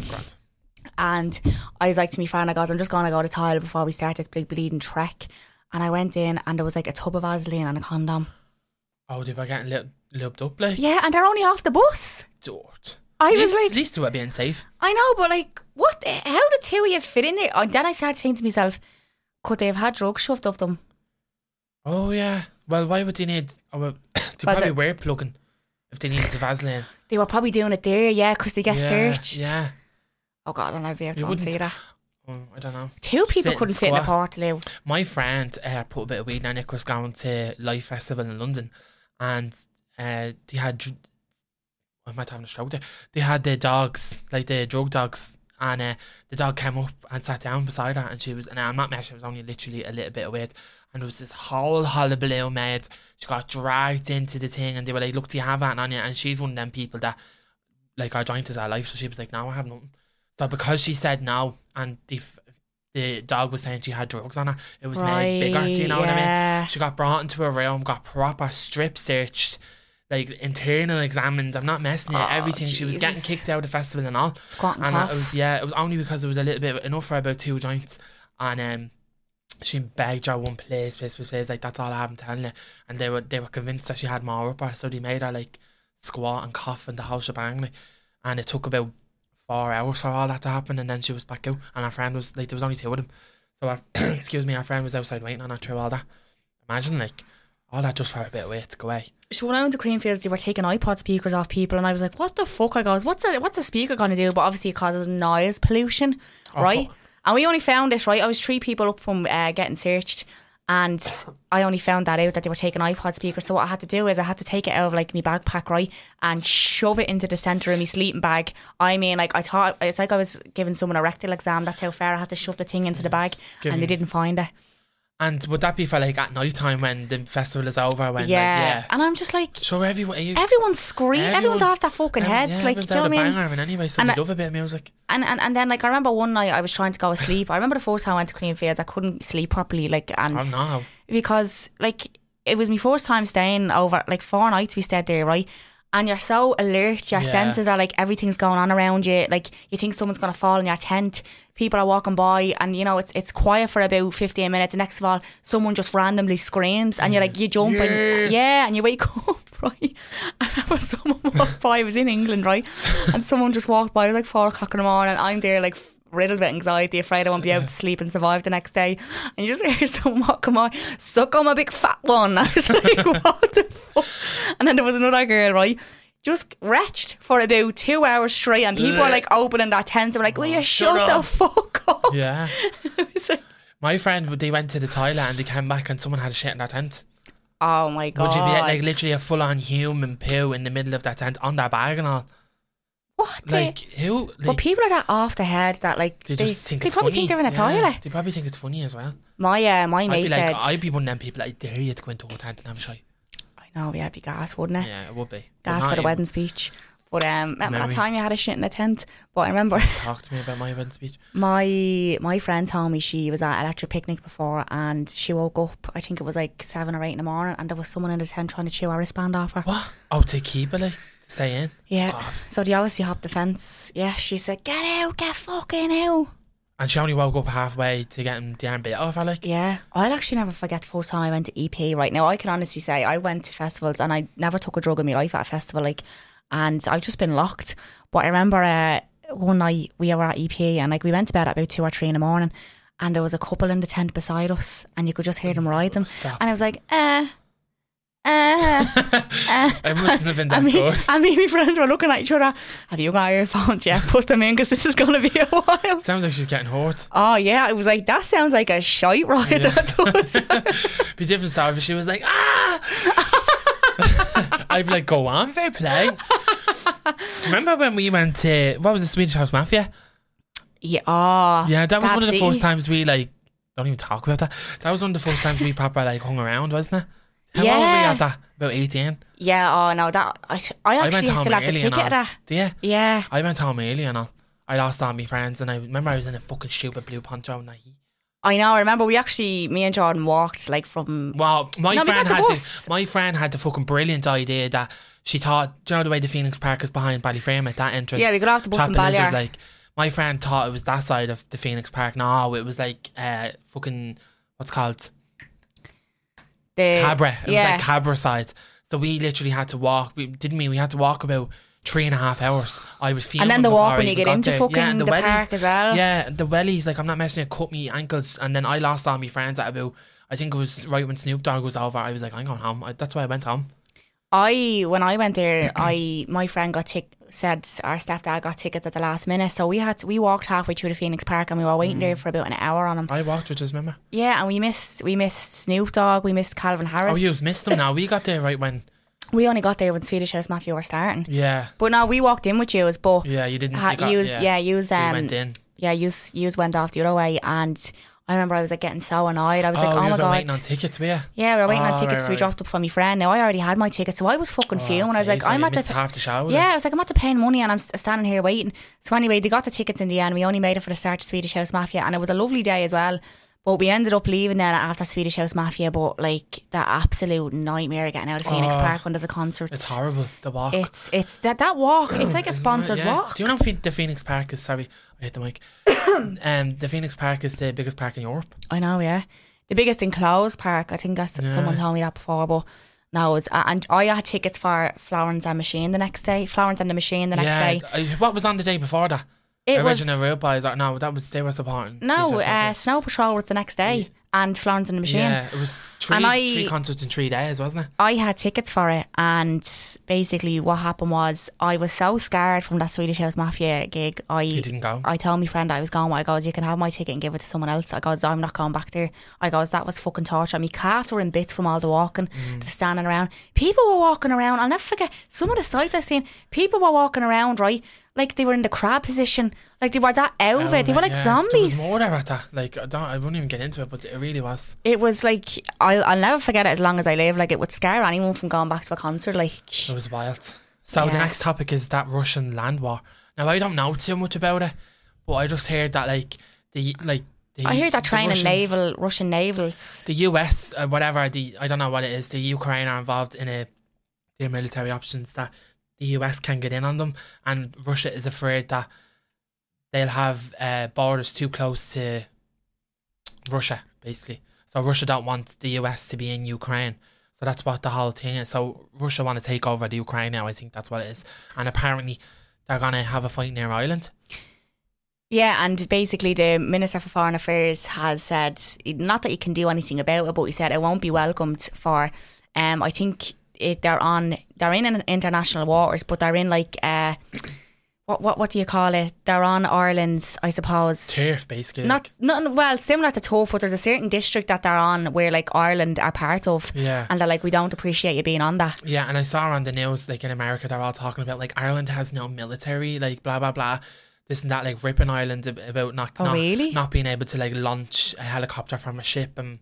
A: And I was like to me friend, I goes, I'm just gonna go to toilet before we start this big bleeding trek. And I went in, and there was like a tub of Vaseline and a condom.
B: Oh, dude, we're getting lip, lipped up like
A: Yeah, and they're only off the bus.
B: dirt.
A: I
B: At
A: was
B: least,
A: like,
B: at least we're being safe.
A: I know, but like, what? the- How did two years fit in there? And then I started saying to myself, could they have had drugs shoved up them?
B: Oh yeah. Well, why would they need? Oh, well, they
A: Well,
B: probably
A: the-
B: were plugging if they needed the Vaseline.
A: They were probably doing it there, yeah, because they get
B: yeah,
A: searched.
B: Yeah.
A: Oh god, I'll never be able
B: You
A: to unsee
B: wouldn't-
A: that.
B: Oh, I don't know.
A: Two people
B: sit
A: couldn't
B: and
A: fit in a
B: squat.
A: portaloo.
B: my friend uh, put a bit of weed in Nick was going to Life Festival in London and uh, they had dr- I might have a stroke there. They had their dogs, like their drug dogs, and uh, the dog came up and sat down beside her and she was and I'm not messing, it was only literally a little bit of weight. And there was this whole hullabaloo made. She got dragged into the thing and they were like, Look, do you have that on you? And she's one of them people that like our joint is our life, so she was like, No, I have nothing. So because she said no and the f- the dog was saying she had drugs on her, it was made bigger, do you know what I mean?
A: yeah.
B: She got brought into a room, got proper strip searched, like internal examined. I'm not messing with
A: Oh,
B: everything. She was getting
A: Jesus.
B: kicked out of the festival and all.
A: Squat and
B: And it
A: cough.
B: was yeah, it was only because it was a little bit enough for about two joints, and um, she begged her one place, place, place, place. Like that's all I have in telling you. And they were they were convinced that she had more up her, so they made her like squat and cough and the whole shebang. Like, and it took about four hours for all that to happen, and then she was back out. And her friend was like, there was only two of them. So our, excuse me, our friend was outside waiting on her through all that. Imagine like all that just for a bit of weight to go away.
A: So when I went to Creamfields, they were taking iPod speakers off people, and I was like, "What the fuck?" I goes, "What's a what's a speaker gonna do?" But obviously, it causes noise pollution,
B: Oh,
A: right?
B: fuck.
A: And we only found this right. I was three people up from uh, getting searched, and I only found that out that they were taking iPod speakers. So what I had to do is I had to take it out of like my backpack, right, and shove it into the center of my sleeping bag. I mean, like I thought it's like I was giving someone a rectal exam. That's how far I had to shove the thing into the bag, and they
B: Giving-
A: didn't find it.
B: And would that be for like at night time when the festival is over? When like,
A: yeah.
B: yeah.
A: and I'm just like.
B: Sure, everyone. You,
A: Everyone's screaming. Everyone's
B: Everyone-
A: off their fucking
B: every-
A: heads.
B: yeah,
A: like, do
B: everyone's
A: you
B: out
A: know what
B: of
A: I mean?
B: Bangor, and anyway, so
A: And
B: they
A: I-
B: love a bit of music.
A: And, and and then like I remember one night I was trying to go to sleep. I remember the first time I went to Creamfields, I couldn't sleep properly. Like and
B: Oh no,
A: because like it was my first time staying over like four nights we stayed there, right? And you're so alert, your
B: Yeah.
A: senses are like everything's going on around you. Like you think someone's gonna fall in your tent, people are walking by, and you know it's it's quiet for about fifteen minutes. And next of all, someone just randomly screams, and you're like you jump and yeah, and you wake up, right? I remember someone walked by. I was in England, right? And someone just walked by like four o'clock in the morning. And I'm there like riddled with anxiety, afraid I won't be able to sleep and survive the next day. And you just hear someone walking by, suck on my big fat one. I was like, what the fuck? And then there was another girl, right? Just retched for about two hours straight, and people were like opening their tents. They were like, "Will you shut,
B: Oh, shut
A: the
B: up."
A: fuck up?"
B: yeah.
A: It's like,
B: My friend, they went to the toilet and they came back and someone had a shit in their tent.
A: oh my
B: Would
A: god!
B: you be like literally a full on human poo in the middle of that tent on their bag and all?
A: what? the-
B: Like who? Like,
A: but people are that off the head that like
B: they
A: they,
B: just think
A: they
B: it's
A: probably
B: funny.
A: think they're in a
B: Yeah,
A: toilet.
B: They probably think it's funny as well.
A: My uh, my
B: I'd
A: mate
B: be like,
A: said,
B: I'd be one of them people. I dare you to go into a tent and have a shy.
A: I know, yeah, it'd be gas, wouldn't it?
B: Yeah, it would be. But
A: Gas
B: not
A: for the
B: even
A: wedding speech. But um, remember that
B: Memory.
A: time you had a shit in a tent. But I remember
B: Talk to me about my wedding speech.
A: my my friend told me she was at Electric Picnic before, and she woke up. I think it was like seven or eight in the morning, and there was someone in the tent trying to chew our wristband off her.
B: What? Oh, to keep it, like to stay in.
A: Yeah.
B: Fuck off.
A: So they obviously hopped the fence. Yeah, she said, "Get out, get fucking out."
B: And she only woke up halfway to getting the arm bit off. I like.
A: Yeah, I'll actually never forget the first time I went to EP. Right now, I can honestly say I went to festivals and I never took a drug in my life at a festival. Like, and I've just been locked. But I remember uh, one night we were at EP and like we went to bed at about two or three in the morning, and there was a couple in the tent beside us, and you could just hear them ride them.
B: Stop.
A: And I was like, eh, eh. eh.
B: I mustn't have been
A: I
B: that
A: mean,
B: close.
A: I mean, my friends were looking at each other. Have you got earphones? Yeah, put them in because this is going to be a while.
B: Sounds like she's getting hurt.
A: Oh yeah, I was like, that sounds like a shite riot.
B: Yeah.
A: That does.
B: Be different story if she was like, ah! I'd be like, go on, fair play. Remember when we went to, what was the Swedish House Mafia?
A: yeah, oh,
B: Yeah, that was
A: Stab
B: one of the
A: City.
B: first times we like, don't even talk about that. That was one of the first times we proper like hung around, wasn't it? How old were we
A: Yeah.
B: at that? About 18?
A: Yeah, oh no, that I, I
B: I went
A: actually
B: home
A: still have the
B: early and
A: ticket.
B: all.
A: of that.
B: Yeah.
A: Yeah,
B: I went home early and all. I lost all my friends and I remember I was in a fucking stupid blue poncho and I
A: I know. I remember we actually, me and Jordan walked like from.
B: Well, my
A: No, we
B: friend
A: got the
B: had
A: bus.
B: this. My friend had the fucking brilliant idea that she thought. Do you know the way the Phoenix Park is behind Ballyframe at that entrance?
A: Yeah, we got off the bus in
B: Chapel Lizard,
A: Ballyar.
B: Like my friend thought it was that side of the Phoenix Park. No, it was like uh, fucking what's it called
A: The,
B: Cabra. It
A: Eh,
B: was
A: yeah,
B: like Cabra side. So we literally had to walk. We didn't we? We had to walk about three and a half hours. I was feeling.
A: and then the walk when you get
B: got
A: into
B: there.
A: fucking
B: yeah, and
A: the,
B: the, wellies.
A: park as well.
B: Yeah, the wellies, like I'm not messing it, cut me ankles and then I lost all my friends at about I think it was right when Snoop Dogg was over. I was like, I'm going home. I, that's why I went home.
A: I when I went there, I my friend got tick said our stepdad got tickets at the last minute, so we had to, we walked halfway through the Phoenix Park and we were waiting
B: Mm.
A: there for about an hour on him.
B: I walked with us, remember?
A: Yeah, and we missed we missed Snoop Dogg, we missed Calvin Harris.
B: Oh, you missed them now. We got there right when.
A: We only got there when Swedish House Mafia were starting.
B: Yeah,
A: But no, we walked in with you, but
B: yeah, you didn't.
A: ha-
B: you got,
A: yous-
B: yeah,
A: Uh, yeah, yous,
B: We
A: um,
B: went in.
A: yeah, yous, yous went off the other way, and I remember I was like getting so annoyed. I was
B: oh,
A: like, oh
B: you
A: my
B: was
A: god.
B: waiting on tickets, were you?
A: yeah, we were waiting
B: Oh,
A: on tickets.
B: right,
A: so we
B: right.
A: dropped up from my friend. Now I already had my tickets, so I was fucking feeling. I was like,
B: Oh,
A: "Oh,
B: so
A: I'm
B: you
A: at the
B: missed half the show.
A: yeah, I was like, I'm at the paying money and I'm st- standing here waiting. So anyway, they got the tickets in the end. We only made it for the start of Swedish House Mafia, and it was a lovely day as well. But we ended up leaving then after Swedish House Mafia. But like that absolute nightmare of getting out of Phoenix
B: Oh,
A: Park when there's a concert.
B: It's horrible. The walk.
A: It's it's that that walk. It's like a
B: Isn't it?
A: sponsored
B: Yeah.
A: walk.
B: Do you know Phe- the Phoenix Park is? Sorry, I hit the mic. um, the Phoenix Park is the biggest park in Europe.
A: I know, yeah. The biggest enclosed park. I think that's, someone
B: Yeah.
A: told me that before, but no, it's, and I had tickets for Florence and Machine the next day. Florence and the Machine the next day.
B: I, what was on the day before that?
A: It
B: Original
A: was
B: Road Boys. Or, no, that was they were supporting.
A: no
B: Jesus,
A: uh,
B: wasn't
A: Snow Patrol was the next day, and Florence and the
B: it?
A: Machine.
B: yeah, it was three,
A: And I-
B: three concerts in three days, wasn't it?
A: I had tickets for it, and basically what happened was I was so scared from that Swedish House Mafia gig. I
B: You didn't go.
A: I told my friend I was going. I goes, you can have my ticket and give it to someone else. I goes, I'm not going back there. I goes, that was fucking torture. My calves were in bits from all the walking,
B: Mm.
A: the standing around. People were walking around. I'll never forget some of the sights I seen. People were walking around, right? Like they were in the crab position. Like they were that out of it. They were like
B: yeah. There was
A: zombies.
B: more there at that. Like I don't, I wouldn't even get into it, but it really was.
A: it was like I'll, I'll never forget it as long as I live. Like it would scare anyone from going back to a concert. Like
B: It was wild. So the
A: Yeah.
B: next topic is that Russian land war. Now I don't know too much about it, but I just heard that like the like the,
A: I heard that
B: the
A: training
B: Russians-
A: naval Russian navals.
B: the US uh, whatever the I don't know what it is. The Ukraine are involved in a their military options that the US can get in on them, and Russia is afraid that they'll have uh, borders too close to Russia, basically. So Russia don't want the US to be in Ukraine. So that's what the whole thing is. So Russia want to take over the Ukraine now. I think that's what it is. And apparently, they're gonna have a fight near Ireland.
A: Yeah, and basically the Minister for Foreign Affairs has said not that he can do anything about it, but he said it won't be welcomed for. Um, I think it, they're on they're in an international waters, but they're in like uh, what what what do you call it? They're on Ireland's, I suppose.
B: Turf, basically.
A: Not, not well, similar to Tough, but there's a certain district that they're on where like Ireland are part of,
B: yeah.
A: and they're like, we don't appreciate you being on that.
B: Yeah, and I saw on the news, like in America, they're all talking about like Ireland has no military, like blah blah blah, this and that, like ripping Ireland ab- about not
A: Oh,
B: not,
A: really?
B: not being able to like launch a helicopter from a ship, and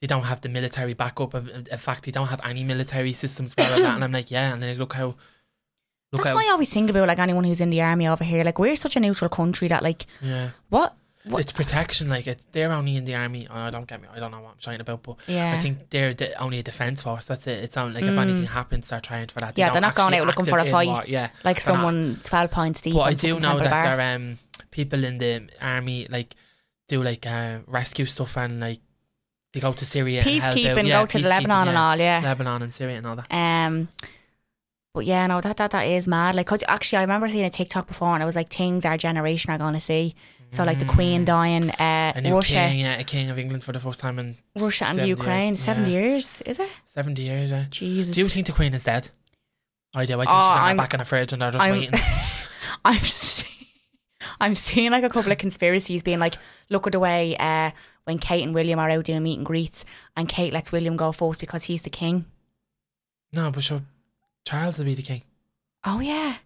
B: they don't have the military backup. Of- In fact, they don't have any military systems. Blah blah blah. And I'm like, yeah, and then look how, look
A: That's
B: how,
A: why I always think about like anyone who's in the army over here. Like we're such a neutral country that like
B: yeah,
A: what? what
B: it's protection. Like it's they're only in the army. Oh, don't get me. I don't know what I'm talking about, but.
A: yeah, Mm.
B: I think they're de- only a defense force. That's it. It's only like if anything happens, they're trying for that. They
A: Yeah,
B: don't
A: they're not going
B: actually
A: out looking for a
B: active in
A: fight.
B: war. Yeah,
A: like
B: they're not-
A: someone twelve points deep.
B: But I
A: on
B: do
A: fucking
B: know
A: Temple
B: that
A: Bar.
B: there are um, people in the army like do like uh, rescue stuff and like they go to Syria, and help out.
A: peacekeeping,
B: Yeah,
A: go to
B: peacekeeping,
A: the Lebanon and
B: yeah.
A: all. Yeah.
B: Lebanon and Syria and all that.
A: Um. But yeah, no, that that that is mad. Like, 'cause actually, I remember seeing a TikTok before, and it was like things our generation are gonna see. So like the Queen dying,
B: Mm. A
A: uh,
B: new
A: Russia,
B: king, yeah, a king of England for the first time in
A: Russia and
B: 70
A: Ukraine,
B: years.
A: seventy
B: yeah.
A: years, is it?
B: Seventy years. Yeah.
A: Jesus.
B: Do you think the Queen is dead? I do. I think
A: Oh,
B: she's in her
A: I'm-
B: back in the fridge and they're just
A: I'm-
B: waiting.
A: I'm seeing, I'm seeing like a couple of conspiracies being like, look at the way uh, when Kate and William are out doing meet and greets, and Kate lets William go first because he's the king.
B: No, but sure, Charles will be the king.
A: Oh yeah,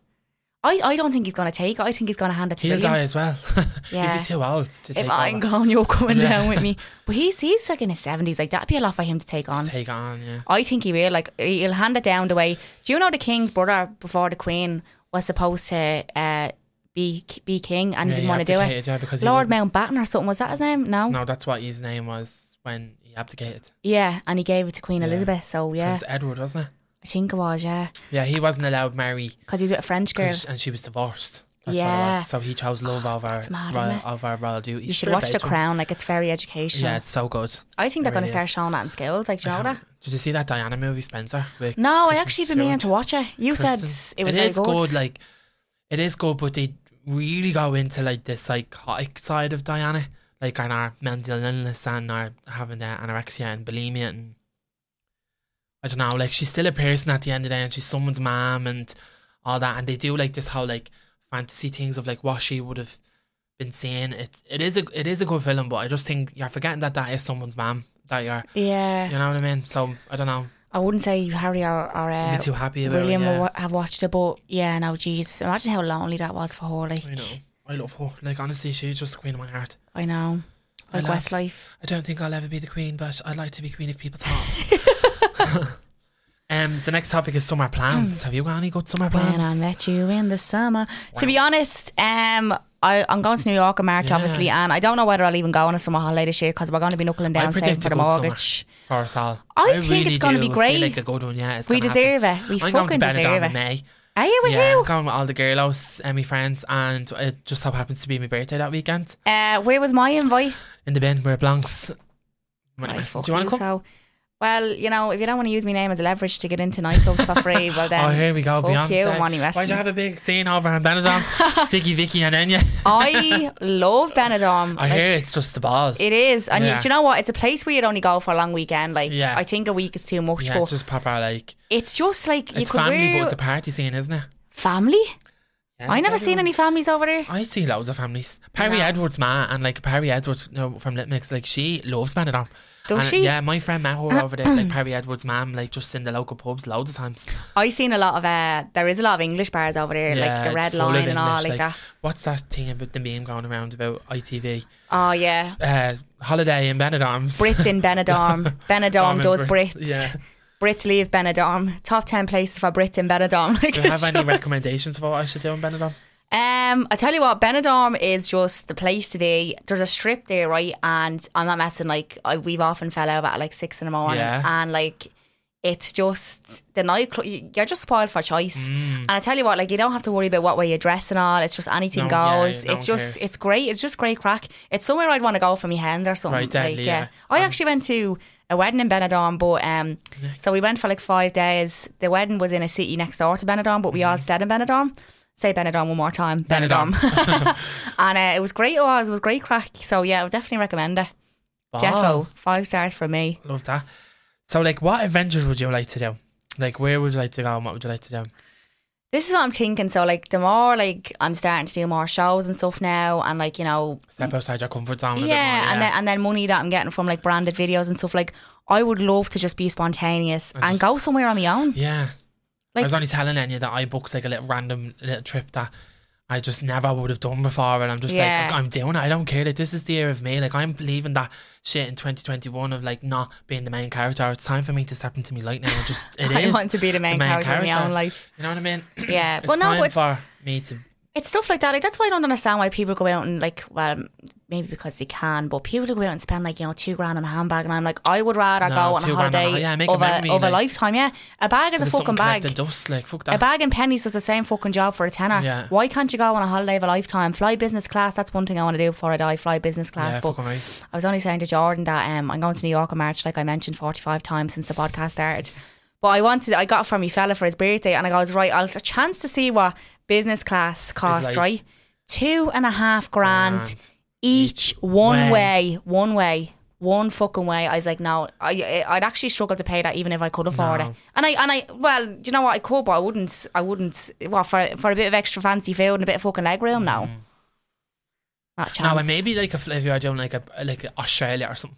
A: I, I don't think he's gonna take. it. I think he's gonna hand it to
B: He'll
A: William.
B: die as well. He'll
A: Yeah.
B: be too old to take
A: If I'm
B: over-
A: gone, you're coming
B: Yeah.
A: down with me. But he's he's like in his seventies. Like that'd be a lot for him to take
B: to
A: on.
B: take on. Yeah.
A: I think he will. Like he'll hand it down the way. Do you know the king's brother before the queen was supposed to uh, be be king and
B: yeah,
A: he didn't want to do it?
B: abdicated, Yeah, because he
A: Lord
B: wouldn't-
A: Mountbatten or something was that his name? No.
B: No, that's what his name was when he abdicated.
A: Yeah, and he gave it to Queen
B: Yeah.
A: Elizabeth. So yeah,
B: Prince Edward, wasn't it?
A: I think it was yeah,
B: Yeah, he wasn't allowed marry,
A: because he's with a French girl.
B: 'cause- and she was divorced. That's what it
A: Yeah. Oh,
B: was. So he chose love over
A: that's mad,
B: royal,
A: isn't it?
B: over royal duty.
A: You should watch The
B: crown.
A: Crown. Like it's very educational.
B: Yeah, it's so good.
A: I think they're
B: it
A: going to
B: really
A: start
B: is.
A: showing that in schools. Like do you know that?
B: Did you see that Diana movie, Spencer? with
A: No, I
B: Kristen
A: actually been meaning
B: Stewart?
A: to watch it. You said
B: Kristen?
A: it was
B: it
A: very
B: is good. Like it is good, but they really go into like the psychotic side of Diana, like on our mental illness and our having uh, anorexia and bulimia and I don't know. Like she's still a person at the end of the day, and she's someone's mom and all that. And they do like this whole like fantasy things of like what she would have been seeing. It it is a it is a good film, but I just think you're forgetting that that is someone's mom that you're.
A: yeah.
B: You know what I mean? So I don't know.
A: I wouldn't say Harry or, or
B: I'd
A: uh,
B: be too happy about
A: William
B: it. yeah.
A: will wa- have watched it, but yeah, no, jeez, imagine how lonely that was for her. Like
B: I know. I love her. Like honestly, she's just the queen of my heart.
A: I know,
B: I
A: like
B: love-
A: Westlife.
B: I don't think I'll ever be the queen, but I'd like to be queen of people's hearts. um, the next topic is summer
A: Hmm.
B: plans. Have you got any good summer
A: When I
B: plans?
A: met you in the summer.
B: Wow.
A: To be honest, um, I, I'm going to New York in March,
B: Yeah.
A: obviously, and I don't know whether I'll even go on a summer holiday this year because we're going to be knuckling down
B: predict a
A: saving for the
B: good summer.
A: mortgage.
B: For us all,
A: I think it's gonna
B: do.
A: be
B: I feel
A: great.
B: like a good one. Yeah, it's
A: We
B: gonna happen.
A: deserve it. We
B: I'm going to
A: fucking
B: Benidorm
A: deserve
B: in
A: it.
B: May.
A: Are you with
B: yeah,
A: who?
B: I'm going with all the girls and my friends, and it just so happens to be my birthday that weekend
A: Uh, where was my invite?
B: in the bin where it belongs.
A: I
B: Do you
A: fucking
B: want to come?
A: So, well, you know, if you don't want to use my name as leverage to get into nightclubs for free, well then.
B: oh, here we go,
A: fuck you,
B: Beyonce.
A: Ronnie Weston.
B: Why'd you have a big scene over in Benidorm, Siggy Vicky, and then yeah,
A: I love Benidorm.
B: I
A: Like,
B: hear it's just the ball.
A: It is, and
B: Yeah.
A: you, do you know what? It's a place where you'd only go for a long weekend. Like,
B: Yeah.
A: I think a week is too much,
B: yeah,
A: but
B: it's just proper like
A: it's just like you
B: it's
A: could
B: family,
A: wear
B: but it's a party scene, isn't it?
A: family.
B: Yeah,
A: I never
B: everyone-
A: seen any families over there.
B: I see loads of families. Perry
A: No.
B: Edwards' ma and like Perry Edwards you know, from Litmix, like she loves Benidorm.
A: Does
B: And,
A: she?
B: Yeah, my friend met her over there, like Perry Edwards' mum, like just in the local pubs, loads of times.
A: I seen a lot of uh, there is a lot of English bars over there, like
B: it's
A: the Red
B: full of
A: Line and all
B: English,
A: like, that.
B: What's that thing about the meme going around about ITV?
A: Oh yeah,
B: Uh, holiday in Benidorm.
A: Brits in Benidorm. Benidorm
B: Benidorm
A: does
B: and
A: Brits.
B: Yeah.
A: Brits leave Benidorm. Top ten places for Brits in Benidorm. Like,
B: Do you have
A: it's
B: any
A: just-
B: recommendations for what I should do in Benidorm?
A: Um, I tell you what, Benidorm is just the place to be. There's a strip there, right? And I'm not messing. Like I, we've often fell over at like six in the morning,
B: Yeah.
A: and like it's just the nightclub. You're just spoiled for choice.
B: Mm.
A: And I tell you what, like you don't have to worry about what way you dress and all. It's just anything
B: No, yeah,
A: goes.
B: no
A: it's
B: one
A: just
B: cares.
A: it's great. It's just great crack. It's somewhere I'd want to go for my hands or something.
B: Right, deadly,
A: like,
B: yeah. Um,
A: I actually went to a wedding in Benidorm, but um, so we went for like five days. The wedding was in a city next door to Benidorm, but we
B: Mm-hmm.
A: all stayed in Benidorm. Say Benidorm one more time.
B: Benidorm.
A: and uh, it was great. It was, it was great crack. So yeah, I would definitely recommend it. Jeffo, five stars for me.
B: Love that. So, like, what adventures would you like to do? Like, where would you like to go and what would you like to do?
A: This is what I'm thinking. So like, the more like I'm starting to do more shows and stuff now, and like you know,
B: Step outside your comfort zone. a
A: Mm. yeah,
B: bit more, yeah.
A: and then and then money that I'm getting from like branded videos and stuff. Like, I would love to just be spontaneous and,
B: just-
A: go somewhere on my own.
B: Yeah. I
A: Like-
B: was only telling Enya that I booked like a little random little trip that I just never would have done before, and I'm just
A: Yeah.
B: like, I'm doing it. I don't care. Like this is the year of me. Like I'm believing that shit in 2021 of like not being the main character. It's time for me to step into me light now. and Just it
A: I
B: is.
A: want to be the main, character, in my own life.
B: You know what I mean?
A: Yeah,
B: it's
A: but no,
B: time
A: but it's,
B: for me to.
A: it's stuff like that. Like that's why I don't understand why people go out and like, well, maybe because they can, but people who go out and spend like you know two grand on a handbag, and I'm like, I would rather
B: No,
A: go on a
B: two grand on a-
A: holiday
B: yeah, make a
A: of, a,
B: memory,
A: of a
B: like-
A: lifetime. Yeah, a bag is a
B: there's something
A: fucking
B: collect
A: bag.
B: The dust, like fuck
A: A
B: that.
A: bag and pennies does the same fucking job for a tenner.
B: Yeah.
A: Why can't you go on a holiday of a lifetime? Fly business class. That's one thing I want to do before I die. Fly business class.
B: yeah,
A: but
B: fucking right.
A: I was only saying to Jordan that um, I'm going to New York in March, like I mentioned 45 times since the podcast started. But I wanted, I got it from me fella for his birthday, and I goes, right, I'll a chance to see what business class
B: like-
A: costs, right? Two and a half grand
B: Grand.
A: each, one
B: way.
A: way. one way, one fucking way. I was like, no, I, I'd actually struggle to pay that even if I could afford
B: No.
A: it. And I, and I, well, do you know what? I could, but I wouldn't, I wouldn't, well, for, for a bit of extra fancy food and a bit of fucking leg room, no. Not a chance.
B: Mm-hmm. No, and maybe like if, if you're doing like a like Australia or something,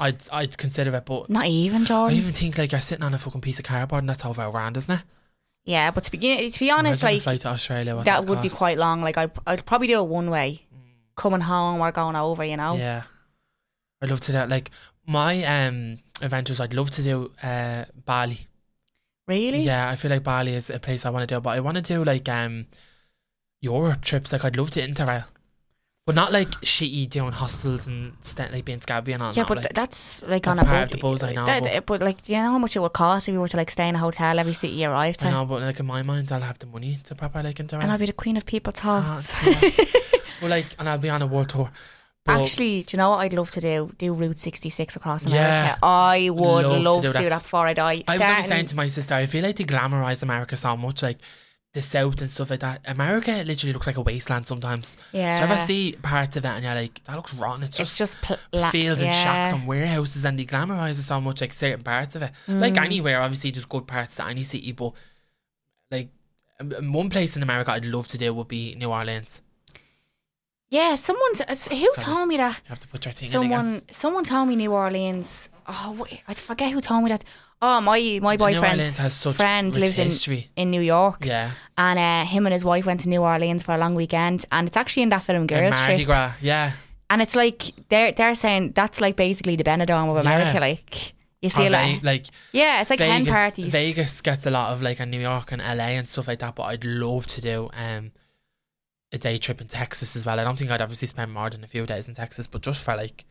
B: I'd I'd consider it. But
A: Not even,
B: I
A: Jordan.
B: even think like you're sitting on a fucking piece of cardboard and that's over a grand, isn't it?
A: Yeah, but to be to be honest,
B: Imagine a
A: like
B: flight to Australia, what
A: that would be
B: costs.
A: quite long. Like I, I'd probably do it one way, coming home or going over. You know.
B: Mm. Yeah, I'd love to do that. Like my um adventures, I'd love to do uh Bali.
A: Really?
B: Yeah, I feel like Bali is a place I want to do, but I want to do like um Europe trips. Like I'd love to interrail, but not like shitty doing hostels and st- like being scabby and all.
A: Yeah,
B: that,
A: but
B: like,
A: th- that's like
B: that's
A: on a
B: part of
A: budget.
B: the buzz, I know,
A: That-
B: but-
A: but, like, do you know how much it would cost if you were to like stay in a hotel every city you arrived to?
B: I know, but like in my mind, I'll have the money to proper like
A: And I'd
B: interrail.
A: be the queen of people's
B: Ah,
A: hearts.
B: yeah. well, like, and I'll be on a world tour. But
A: Actually, do you know what I'd love to do? Do Route 66 across America.
B: Yeah.
A: I would
B: Love
A: love,
B: to do
A: to, do
B: that.
A: that. before I die.
B: I was only
A: Starting-
B: saying to my sister, I feel like they glamorize America so much, like the South and stuff like that. America literally looks like a wasteland sometimes.
A: yeah.
B: Do you ever see parts of it and you're like, that looks rotten? It's
A: It's
B: just,
A: just pl- la-
B: fields and
A: yeah.
B: shacks and warehouses, and they glamorize it so much, like certain parts of it. Like
A: Mm.
B: anywhere, obviously, there's good parts to any city, but like um, um, one place in America I'd love to do would be New Orleans.
A: Yeah, someone's. uh, Who told me that?
B: You have to put your thing in again.
A: someone someone told me New Orleans. Oh, wait, I forget who told me that. Oh, my my boyfriend's
B: Orleans has such
A: friend
B: rich
A: lives
B: history.
A: in in New York,
B: Yeah,
A: and uh, him and his wife went to New Orleans for a long weekend, and it's actually in that film
B: and
A: Girls
B: Mardi
A: Trip,
B: Gras. Yeah,
A: and it's like they're they're saying that's like basically the Benidorm of America,
B: Yeah.
A: like you
B: Or
A: see a
B: Ve-
A: lot.
B: like
A: Yeah, it's like hen
B: Vegas,
A: parties.
B: Vegas gets a lot of like in New York and LA and stuff like that, but I'd love to do um a day trip in Texas as well. I don't think I'd obviously spend more than a few days in Texas, but just for like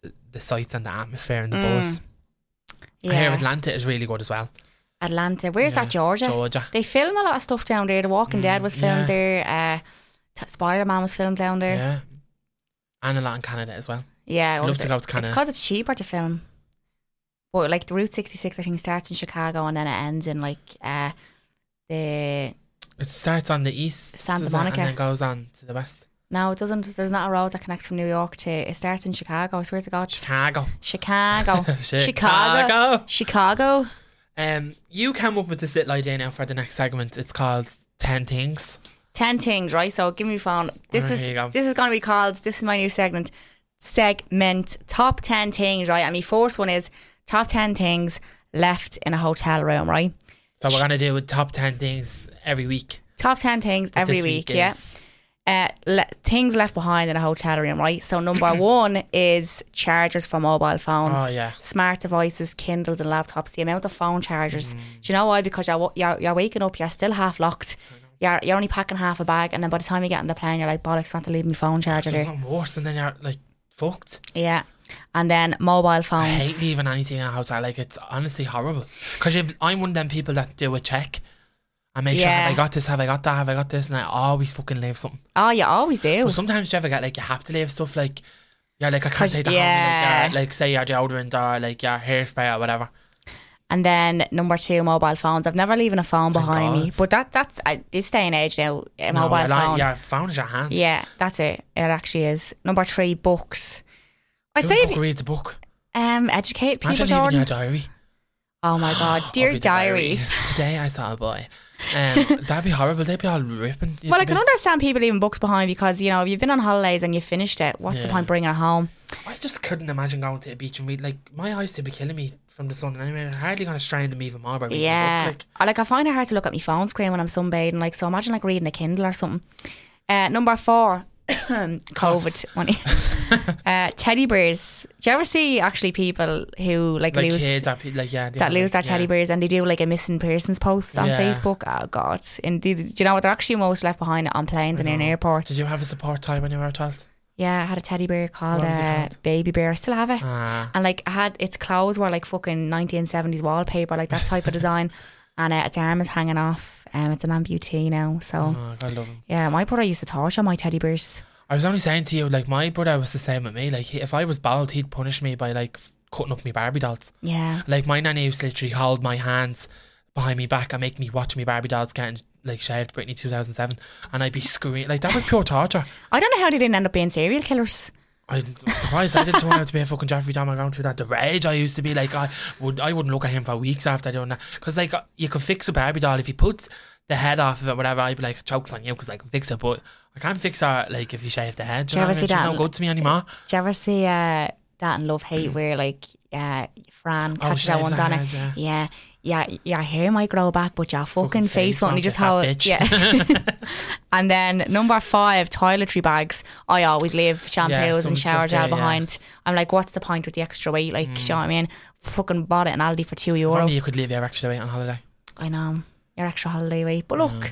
B: the, the sights and the atmosphere and the buzz. I hear
A: Mm, Yeah.
B: Atlanta is really good as well.
A: Atlanta. Where's
B: Yeah,
A: that, Georgia?
B: Georgia.
A: They film a lot of stuff down there. The Walking Dead was filmed
B: yeah.
A: there. Uh, Spider Man was filmed down there.
B: Yeah. And a lot in Canada as well.
A: Yeah, I
B: Love to go to
A: It's
B: Canada.
A: because it's cheaper to film. But like the Route 66, I think starts in Chicago and then it ends in like uh, the
B: It starts on the east
A: Santa
B: doesn't it?
A: Monica.
B: and then goes on to the west.
A: no, it doesn't. There's not a road that connects from New York to. It starts in Chicago. I swear to God,
B: Chicago.
A: Chicago, Oh,
B: Chicago.
A: Chicago, Chicago.
B: Um, you came up with this little idea now for the next segment. It's called 10 Things.
A: Ten things, right? So give me your phone. This
B: There
A: is
B: you go.
A: this is going to be called. This is my new segment. Segment top ten things, right? And my first one is top ten things left in a hotel room, right?
B: So we're going to do with top 10 things every week.
A: Top ten things
B: But
A: every
B: this
A: week,
B: is-
A: yeah. uh, le- things left behind in a hotel room, right? So number one is chargers for mobile phones.
B: Oh, yeah.
A: Smart devices, Kindles and laptops. The amount of phone chargers.
B: Mm.
A: Do you know why? Because you're, wa- you're, you're waking up, you're still half locked. You're, you're only packing half a bag, and then by the time you get on the plane, you're like, bollocks, I have to leave my phone charger
B: There's
A: there.
B: nothing worse than then you're like fucked.
A: Yeah. And then mobile
B: I hate
A: phones.
B: leaving anything in a house. I like it's honestly horrible. Because I'm one of them people that do a check and make sure
A: Yeah.
B: have I got this, have I got that, have I got this, and I always fucking leave something.
A: Oh, you always do.
B: But sometimes you ever get like you have to leave stuff like you're like I can't
A: 'Cause-
B: take that
A: yeah.
B: home. Like, uh, like say your deodorant or like your hairspray or whatever.
A: And then number two, mobile phones. I've never leaving a phone
B: Thank
A: behind me,
B: God.
A: but that that's at this day and age now, a
B: No,
A: mobile
B: you're like-
A: phone.
B: Your phone is your hand.
A: Yeah, that's it. It actually is. Number three, books. I'd
B: Who
A: say
B: the
A: if
B: fuck
A: you-
B: reads a book?
A: um, educate people,
B: Imagine leaving your
A: Jordan.
B: diary.
A: Oh my God,
B: I'll be
A: dear
B: the
A: diary.
B: Today I saw a boy. Um, that'd be horrible. They'd be all ripping. you
A: Well,
B: to
A: I can
B: bits.
A: understand people leaving books behind because you know if you've been on holidays and you finished it, what's the
B: Yeah.
A: point bringing it home?
B: I just couldn't imagine going to a beach and read. Like my eyes would be killing me from the sun. Anyway, I'm hardly gonna strain them even more by reading a
A: Yeah,
B: book. Like,
A: I- like I find it hard to look at my phone screen when I'm sunbathing. Like so, imagine like reading a Kindle or something. Uh, number four, COVID money. uh, teddy bears. Do you ever see actually people who like,
B: like
A: lose
B: kids are pe- like yeah. they
A: that
B: only-
A: lose their teddy
B: yeah.
A: bears and they do like a missing persons post on
B: Yeah.
A: Facebook. Oh God! And do, do you know what? They're actually most left behind on planes and in airports.
B: Did you have a support time when you were a child?
A: yeah, I had a teddy bear called,
B: What was it
A: uh,
B: called?
A: Baby Bear. I still have it.
B: Ah,
A: And like I had its clothes were like fucking nineteen seventies wallpaper, like that type of design. And uh, its arm is hanging off. Um, it's an amputee now. So
B: oh, God, I love 'em.
A: yeah, my brother used to torture my teddy bears.
B: I was only saying to you, like my brother was the same with me. Like he, if I was bald, he'd punish me by like f- cutting up me Barbie dolls.
A: Yeah,
B: Like my nanny used to literally hold my hands behind me back and make me watch me Barbie dolls getting like shaved. Britney two thousand seven, and I'd be screaming like that was pure torture.
A: I don't know how they didn't end up being serial killers.
B: I'm surprised I didn't turn out to be a fucking Jeffrey Dahmer going through that. The rage I used to be like, I would I wouldn't look at him for weeks after doing that because like you could fix a Barbie doll if you put the head off of it, whatever. I'd be like, chokes on you because I can fix it, but I can't fix her like if you shave the head. Do you
A: Do
B: know
A: you
B: what I
A: ever
B: mean?
A: see
B: She's
A: that
B: no
A: l-
B: good to me anymore.
A: Do you ever see uh, that in Love Hate where like uh, Fran
B: Oh,
A: catches
B: shaves
A: that one
B: her
A: down
B: head, yeah.
A: it? Yeah. Yeah, your hair might grow back, but your fucking, face won't. You just
B: get
A: hold
B: that bitch.
A: Yeah. and then number five, toiletry bags. I always leave shampoos
B: some
A: and shower
B: stuff there,
A: gel behind. I'm like, what's the point with the extra weight? Like, do you know what I mean? Fucking bought it in Aldi for two
B: If
A: euro.
B: only you could leave your extra weight on holiday.
A: I know your extra holiday weight, but look,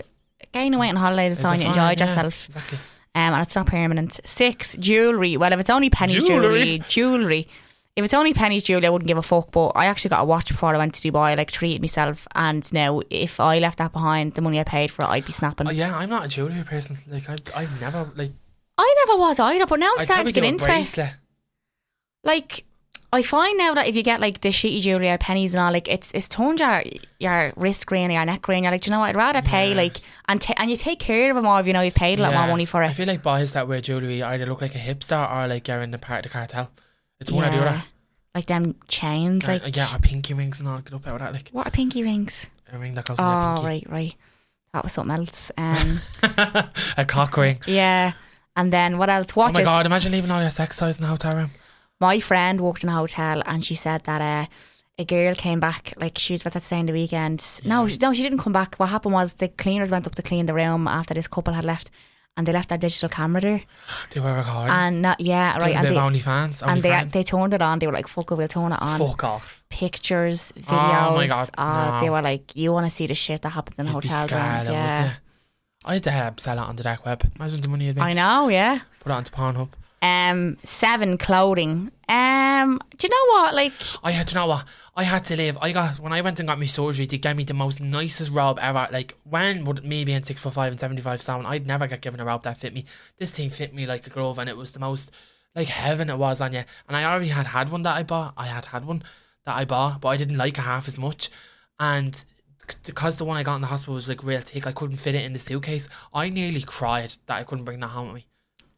A: gaining weight on holidays is
B: It's
A: a sign
B: a
A: you
B: fine,
A: enjoyed
B: yeah,
A: yourself.
B: Exactly.
A: Um, and it's not permanent. Six, jewellery. Well, if it's only pennies
B: Jewellery.
A: jewellery, jewellery. If it's only pennies jewellery, I wouldn't give a fuck. But I actually got a watch before I went to Dubai. I, Like treated myself, and now if I left that behind, the money I paid for it, I'd be snapping.
B: Oh yeah, I'm not a jewelry person. Like I, I've never like.
A: I never was either, but now I'm
B: I'd
A: starting
B: probably
A: to get
B: do a
A: into it.
B: bracelet.
A: Like. I find now that if you get like the shitty jewelry or pennies and all, like it's it's toned your your wrist grain or your neck grain. You're like, do you know what? I'd rather pay
B: Yeah.
A: like and ta- and you take care of them all if you know you've paid a lot
B: Yeah.
A: more money for
B: I
A: it.
B: feel like boys that wear jewelry either look like a hipster or like you're in the part of the cartel. It's one or the other.
A: Like them chains,
B: Uh,
A: like
B: yeah, our pinky rings and all get up out of that, like
A: what are pinky rings?
B: a ring that goes on
A: Oh,
B: your pinky,
A: right, right. That was something else. Um,
B: a cock ring.
A: yeah. And then what else?
B: Oh
A: Watches.
B: my god! Imagine leaving all your sex toys in the hotel room.
A: My friend worked in a hotel and she said that uh, a girl came back, like she was with us saying the weekend. No, she, no, she didn't come back. What happened was the cleaners went up to clean the room after this couple had left and they left their digital camera there.
B: They were recording.
A: And not, yeah,
B: Doing
A: right.
B: a
A: And
B: bit
A: they,
B: of OnlyFans.
A: and they,
B: OnlyFans.
A: they turned it on. They were like, fuck it, we'll turn it on.
B: Fuck off.
A: Pictures, videos.
B: Oh my God,
A: ah,
B: no.
A: They were like, you want to see the shit that happened in
B: You'd be
A: hotel rooms.
B: scarlet, wouldn't
A: Yeah.
B: you? I'd uh, sell it on the dark web. Imagine the money you'd make.
A: I know, yeah.
B: Put it onto Pornhub.
A: Um, seven clothing. Um, do you know what? Like,
B: I had do you know what I had to leave. I got when I went and got my surgery, they gave me the most nicest robe ever. Like when would me being six foot five and seventy five stone, I'd never get given a robe that fit me. This thing fit me like a glove, and it was the most like heaven it was on you. And I already had had one that I bought. I had had one that I bought, but I didn't like it half as much. And c- because the one I got in the hospital was like real thick, I couldn't fit it in the suitcase. I nearly cried that I couldn't bring that home with me.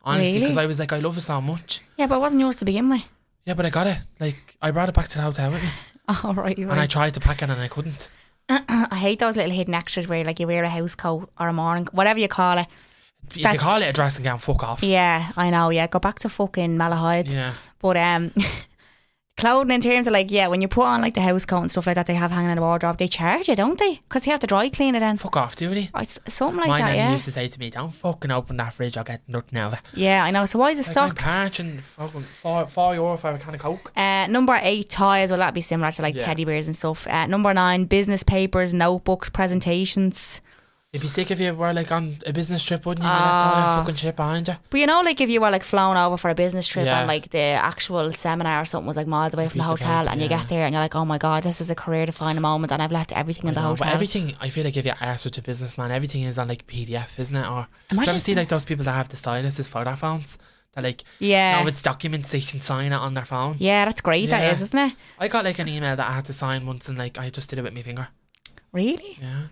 B: Honestly,
A: Really?
B: because I was like, I love it so much.
A: yeah, but it wasn't yours to begin with.
B: Yeah, but I got it. Like I brought it back to the hotel with me,
A: All right, you're
B: and I
A: right.
B: tried to pack it and I couldn't.
A: I hate those little hidden extras where like you wear a house coat or a morning, whatever you call it.
B: You can
A: That's-
B: call it a dressing gown. Fuck off. Yeah.
A: Yeah, I know. Yeah, go back to fucking Malahide. But um, clothing in terms of like yeah, when you put on like the house coat and stuff like that, they have hanging in the wardrobe. They charge you, don't they? Because they have to dry clean it and
B: Fuck off, do you?
A: something like
B: My
A: that.
B: nanny
A: Yeah,
B: used to say to me, "Don't fucking open that fridge. I'll get nothing out of it."
A: yeah, I know. So why is
B: Like
A: it
B: I'm
A: stocked?
B: parching fucking four, four euro for a can of coke.
A: Uh, number eight, toys. Will that be similar to like
B: Yeah.
A: teddy bears and stuff? Uh, number nine, business papers, notebooks, presentations.
B: It'd be sick if you were like on a business trip, wouldn't you? You left all
A: Ah.
B: that fucking shit behind you.
A: But you know, like if you were like flown over for a business trip
B: Yeah.
A: and like the actual seminar or something was like miles away from the
B: piece of
A: hotel,
B: paper,
A: and you
B: yeah.
A: get there and you're like, oh my god, this is a career defining moment, and I've left everything in the
B: You know,
A: hotel.
B: But everything, I feel like if you are such a businessman, everything is on like PDF, isn't it? Or do you
A: Imagine-
B: ever see like those people that have the styluses for their phones? That like,
A: yeah,
B: now it's documents they can sign it on their phone.
A: yeah, that's great.
B: Yeah.
A: That is, isn't it?
B: I got like an email that I had to sign once, and like I just did it with my finger.
A: Really?
B: Yeah.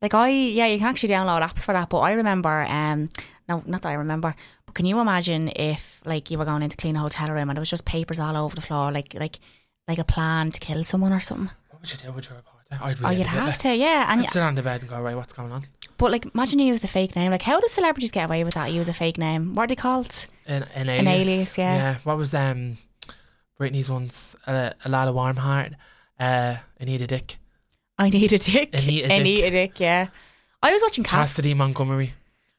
A: Like I, yeah, you can actually download apps for that. But I remember, um, no, not that I remember, but can you imagine if like you were going in to clean a hotel room and there was just papers all over the floor, like like like a plan to kill someone or something?
B: What would you do? Would you report it? I'd
A: oh,
B: really
A: you'd
B: admit
A: have
B: that.
A: to, yeah.
B: I'd
A: And
B: sit on the bed and go, right, what's going on?
A: but like, imagine you used a fake name. Like, how do celebrities get away with that? Use a fake name. What are they called?
B: An, an alias.
A: An alias, yeah.
B: Yeah. What was um, Britney's once? Uh, a lot of warm heart. Uh, Anita Dick.
A: I need a dick.
B: Anita
A: I
B: Dick.
A: need a dick. Yeah. I was watching Cat.
B: Cassidy Montgomery.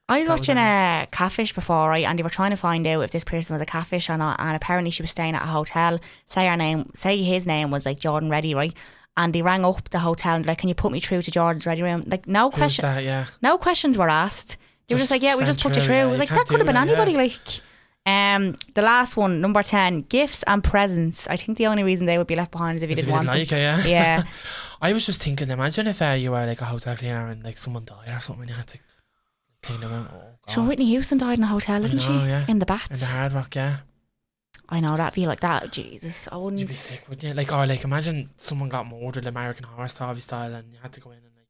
A: I was
B: That was
A: watching
B: her
A: a catfish before, right? And they were trying to find out if this person was a catfish or not. And apparently, she was staying at a hotel. Say her name. Say his name was like Jordan Reddy, right? And they rang up the hotel and like, "Can you put me through to Jordan's Reddy room?" Like, no
B: Who was
A: question.
B: that? Yeah.
A: No questions were asked. They were just
B: Just
A: like, "Yeah, we just put you
B: sent through,
A: through."
B: yeah, you
A: like that
B: can't
A: could have
B: do
A: been
B: that, yeah.
A: anybody. Like, um, the last one, number ten, gifts and presents. I think the only reason they would be left behind is if you
B: If you
A: didn't
B: didn't
A: want
B: like
A: them.
B: it, yeah.
A: yeah,
B: I was just thinking, imagine if uh, you were like a hotel cleaner and like someone died or something, you had to clean them out. Oh, God.
A: so Whitney Houston died in a hotel,
B: I
A: didn't she?
B: know, yeah.
A: In the
B: In the
A: bats.
B: Hard Rock, yeah.
A: I know that'd be like that. Jesus, I wouldn't.
B: You'd be sick, wouldn't you? Like, or like, imagine someone got murdered, American Horror Story style, and you had to go in and like.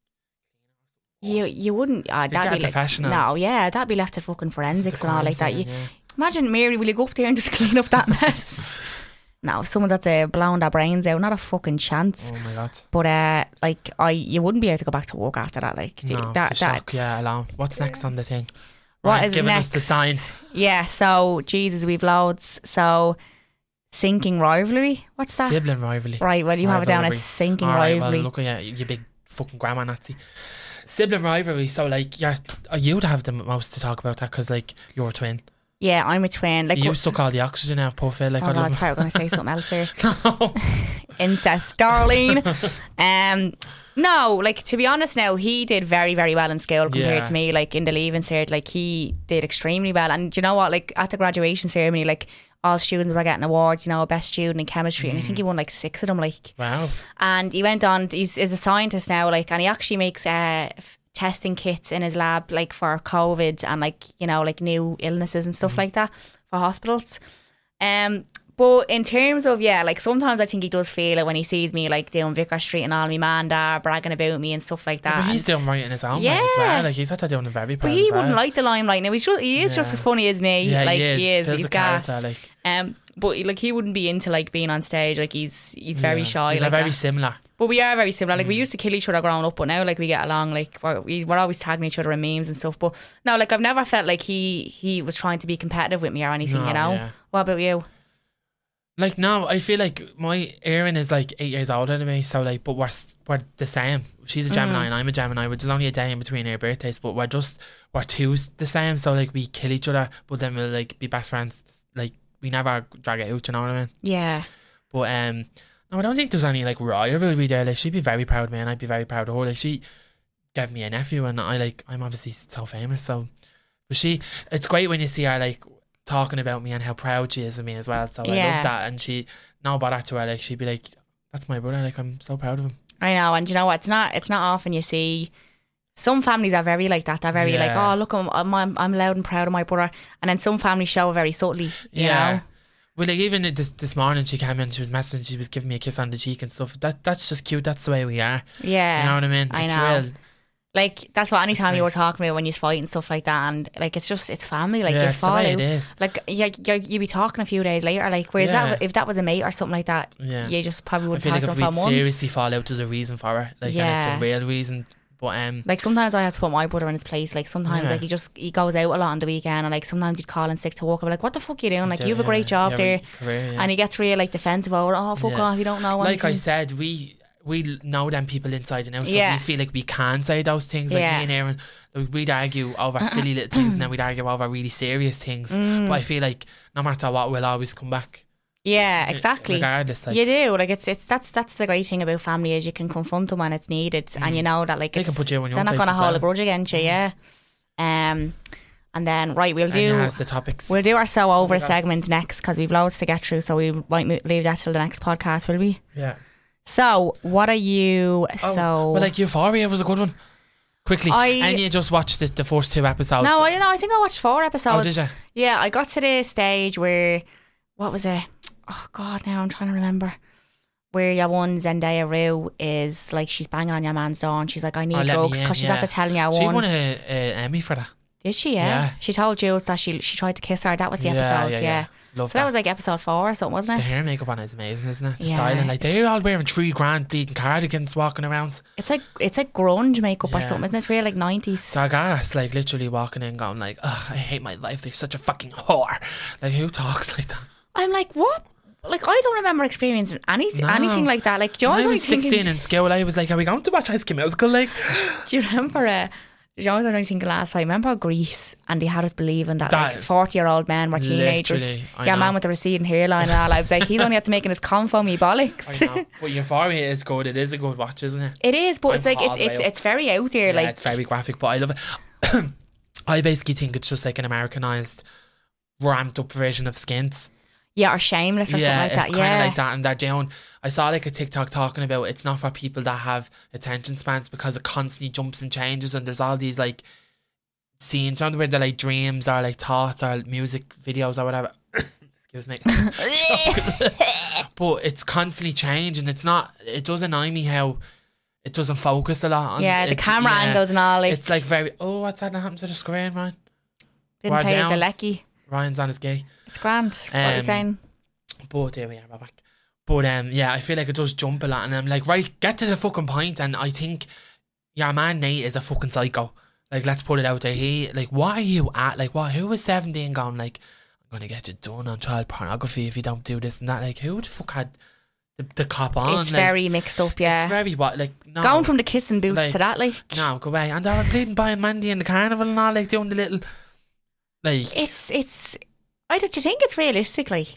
A: You you wouldn't. Uh,
B: get
A: that'd
B: a
A: be like,
B: professional.
A: No, yeah, that'd be left to fucking forensics and all like that. You,
B: Yeah.
A: imagine Mary, will you go up there and just clean up that mess? no, if someone's at the blown their brains out. Not a fucking chance.
B: Oh my god.
A: But uh, like I, you wouldn't be able to go back to work after that. Like the-
B: No,
A: that,
B: the shock,
A: that's-
B: yeah, alarm. What's next on the thing?
A: What
B: Ryan's
A: is
B: giving
A: next?
B: us the sign.
A: Yeah. So Jesus, we've loads. So sinking rivalry. What's that?
B: Sibling rivalry.
A: Right. Well, you have it down
B: Rivalry.
A: as sinking
B: All right, well,
A: rivalry.
B: look at you, you big fucking grandma Nazi. Sibling rivalry. So, like, yeah, uh, you'd have the most to talk about that because, like, you're a twin.
A: yeah, I'm a twin. Like.
B: you
A: what-
B: suck all the oxygen out of poor Phil. Like,
A: Oh
B: I
A: God, I
B: love
A: thought we were going to say something else here.
B: him.
A: incest, darling. um, no, like to be honest, now he did very, very well in school compared
B: Yeah.
A: to me. Like in the leaving cert, like he did extremely well. And do you know what? Like at the graduation ceremony, like all students were getting awards. You know, best student in chemistry, and I
B: Mm.
A: think he won like six of them. Like,
B: wow.
A: and he went on. He's is a scientist now. Like, and he actually makes uh. f- Testing kits in his lab, like for COVID and like you know, like new illnesses and stuff
B: Mm-hmm.
A: like that for hospitals. Um, but in terms of yeah, like sometimes I think he does feel it when he sees me like down Vicar Street and all my man there bragging about me and stuff like that.
B: But he's
A: And-
B: doing right in his own way as
A: Uh, Yeah.
B: well. Like, he's had to do it very
A: but he wouldn't like the limelight now. He's just he is just
B: Yeah.
A: as funny as me.
B: yeah,
A: like
B: he is. Phil's
A: he's
B: a character,
A: gas.
B: Like,
A: Um, but like he wouldn't be into like being on stage. Like he's he's very
B: yeah.
A: shy.
B: He's
A: like
B: like, very
A: that.
B: similar.
A: But we are very similar.
B: Mm.
A: Like we used to kill each other growing up, but now like we get along. Like we're, we- we're always tagging each other in memes and stuff. But no, like I've never felt like he he was trying to be competitive with me or anything.
B: No,
A: you know.
B: yeah.
A: What about you?
B: Like now, I feel like my Erin is like eight years older than me, so like, but we're s- we're the same. She's a Gemini and I'm a Gemini, which is only a day in between our birthdays, but we're just we're two s- the same. So like, we kill each other, but then we'll like be best friends. Like we never drag it out, you know what I mean?
A: Yeah.
B: But um, no, I don't think there's any like rivalry there. Like she'd be very proud of me, and I'd be very proud of her. Like she gave me a nephew, and I like I'm obviously so famous. So, but she, it's great when you see her like talking about me and how proud she is of me as well. So I
A: Yeah.
B: love that. And she, now about that to her, like she'd be like, "That's my brother. Like I'm so proud of him."
A: I know, and you know what? It's not it's not often you see. Some families are very like that. They're very
B: Yeah.
A: like, oh look, I'm, I'm I'm loud and proud of my brother, and then some families show it very subtly. You know?
B: Well, like even this this morning, she came in, she was messaging, she was giving me a kiss on the cheek and stuff. That that's just cute. That's the way we are.
A: yeah.
B: You know what I mean?
A: I
B: it's
A: know.
B: real.
A: Like that's what anytime you were
B: nice.
A: talking about when you fight and stuff like that, and like it's just it's family, like
B: yeah,
A: it's
B: it's the way
A: follow.
B: it is.
A: Like yeah, you you be talking a few days later, like whereas that
B: Yeah.
A: if that was a mate or something like that,
B: Yeah.
A: you just
B: I
A: probably would
B: feel
A: have
B: like
A: talked
B: if
A: to them
B: we
A: for months.
B: seriously fall out, there's a reason for it. Like,
A: Yeah.
B: and it's a real reason. But um,
A: Like sometimes I had to put my brother in his place. Like sometimes
B: Yeah.
A: like he just he goes out a lot on the weekend, and like sometimes he'd call in sick to work. I'm like, what the fuck you doing? Like you have a
B: yeah,
A: great job
B: yeah,
A: there,
B: your Career, yeah.
A: and he gets real like defensive over. Oh fuck
B: Yeah.
A: off, you don't know
B: like
A: anything.
B: I said, we we know them people inside and out, so
A: Yeah.
B: we feel like we can say those things. Like
A: Yeah. Uh-uh.
B: me and Aaron, like, we'd argue over silly little things, and then we'd argue over really serious things.
A: Mm.
B: But I feel like no matter what, we'll always come back.
A: yeah,
B: uh,
A: exactly.
B: Regardless, like
A: you do like it's it's that's that's the great thing about family is you can confront them when it's needed, and you know that like
B: Mm. They can
A: it's-
B: put you in your
A: they're not
B: place
A: going to
B: as
A: hold a
B: well. Mm.
A: grudge against you, yeah. Um, and then right, we'll
B: and you
A: do
B: has the topics.
A: we'll do our so over
B: Oh my God.
A: segment next because we've loads to get through, so we might mo- leave that till the next podcast, will we?
B: yeah.
A: So, what are you?
B: Oh,
A: so,
B: well, like Euphoria was a good one. Quickly,
A: I-
B: and you just watched the, the first two episodes.
A: no, I, no, I think I watched four
B: oh,
A: episodes.
B: did you?
A: yeah, I got to the stage where, what was it? Oh God, now I'm trying to remember. Where your one Zendaya Rue is like she's banging on your man's door and she's like, I need
B: Oh, let me
A: drugs
B: in,
A: because she's
B: yeah.
A: after telling you I
B: She
A: won.
B: won a, a Emmy for that.
A: Did she? Yeah.
B: Yeah.
A: She told Jules that she she tried to kiss her. That was the episode. Yeah.
B: Love
A: So that was like episode four or something, wasn't
B: the
A: it?
B: hair and makeup on it is amazing, isn't it? The
A: Yeah.
B: styling, like they're all wearing three grand bleeding cardigans walking around.
A: It's like it's like grunge makeup or
B: Yeah.
A: something, isn't it? It's really like nineties.
B: Doug ass, like literally walking in, going like, Ugh, "I hate my life. They're such a fucking whore." Like who talks like that?
A: I'm like, what? Like I don't remember experiencing any
B: No.
A: anything like that. Like, do you know
B: When
A: what
B: I
A: I
B: was
A: thinking?
B: sixteen in school. I was like, "Are we going to watch High School Musical?" Like,
A: Do you remember? Uh, do you know what I was only thinking last time? Remember Greece and they had us believing that
B: That-
A: like forty-year-old men were teenagers.
B: Literally, I
A: Yeah,
B: know.
A: man with the receding hairline and all. I was like, he's only had to making his confo me bollocks.
B: I know. but Euphoria is good. It is a good watch, isn't it?
A: It is, but
B: I'm
A: it's like it's
B: hard
A: it's
B: rail.
A: it's very out there.
B: yeah,
A: like
B: it's very graphic, but I love it. I basically think it's just like an Americanized, ramped up version of Skins.
A: yeah, or shameless or something like
B: it's
A: that.
B: kind of
A: Yeah,
B: like that. And they're down. I saw like a TikTok talking about it's not for people that have attention spans because it constantly jumps and changes, and there's all these like scenes on where they're like dreams or like thoughts or music videos or whatever. Excuse me. but it's constantly changing. It's not. It does annoy me how it doesn't focus a lot. On,
A: yeah. The
B: it's-
A: camera
B: yeah.
A: angles and all. Like
B: It's like very. Oh, what's that? That happened to the screen, Ryan.
A: didn't
B: we're
A: pay
B: down.
A: the lecky.
B: Ryan's on his gay.
A: It's grand. what are you
B: Um,
A: saying?
B: But there we are, we're back. But um, yeah, I feel like it does jump a lot, and I'm like, right, get to the fucking point. And I think your man Nate is a fucking psycho. Like, let's put it out there. He, like, what are you at? Like, what? Who was 17 going like, I'm gonna get you done on child pornography if you don't do this and that? Like, who the fuck had the, the cop on?
A: It's
B: like,
A: very mixed up. Yeah,
B: it's very what? Like, no,
A: going from the kissing boots
B: like,
A: to that, like
B: no, go away. And they were bleeding by Mandy in the carnival and all, like doing the little, like,
A: it's it's. I don't you think it's realistic? Like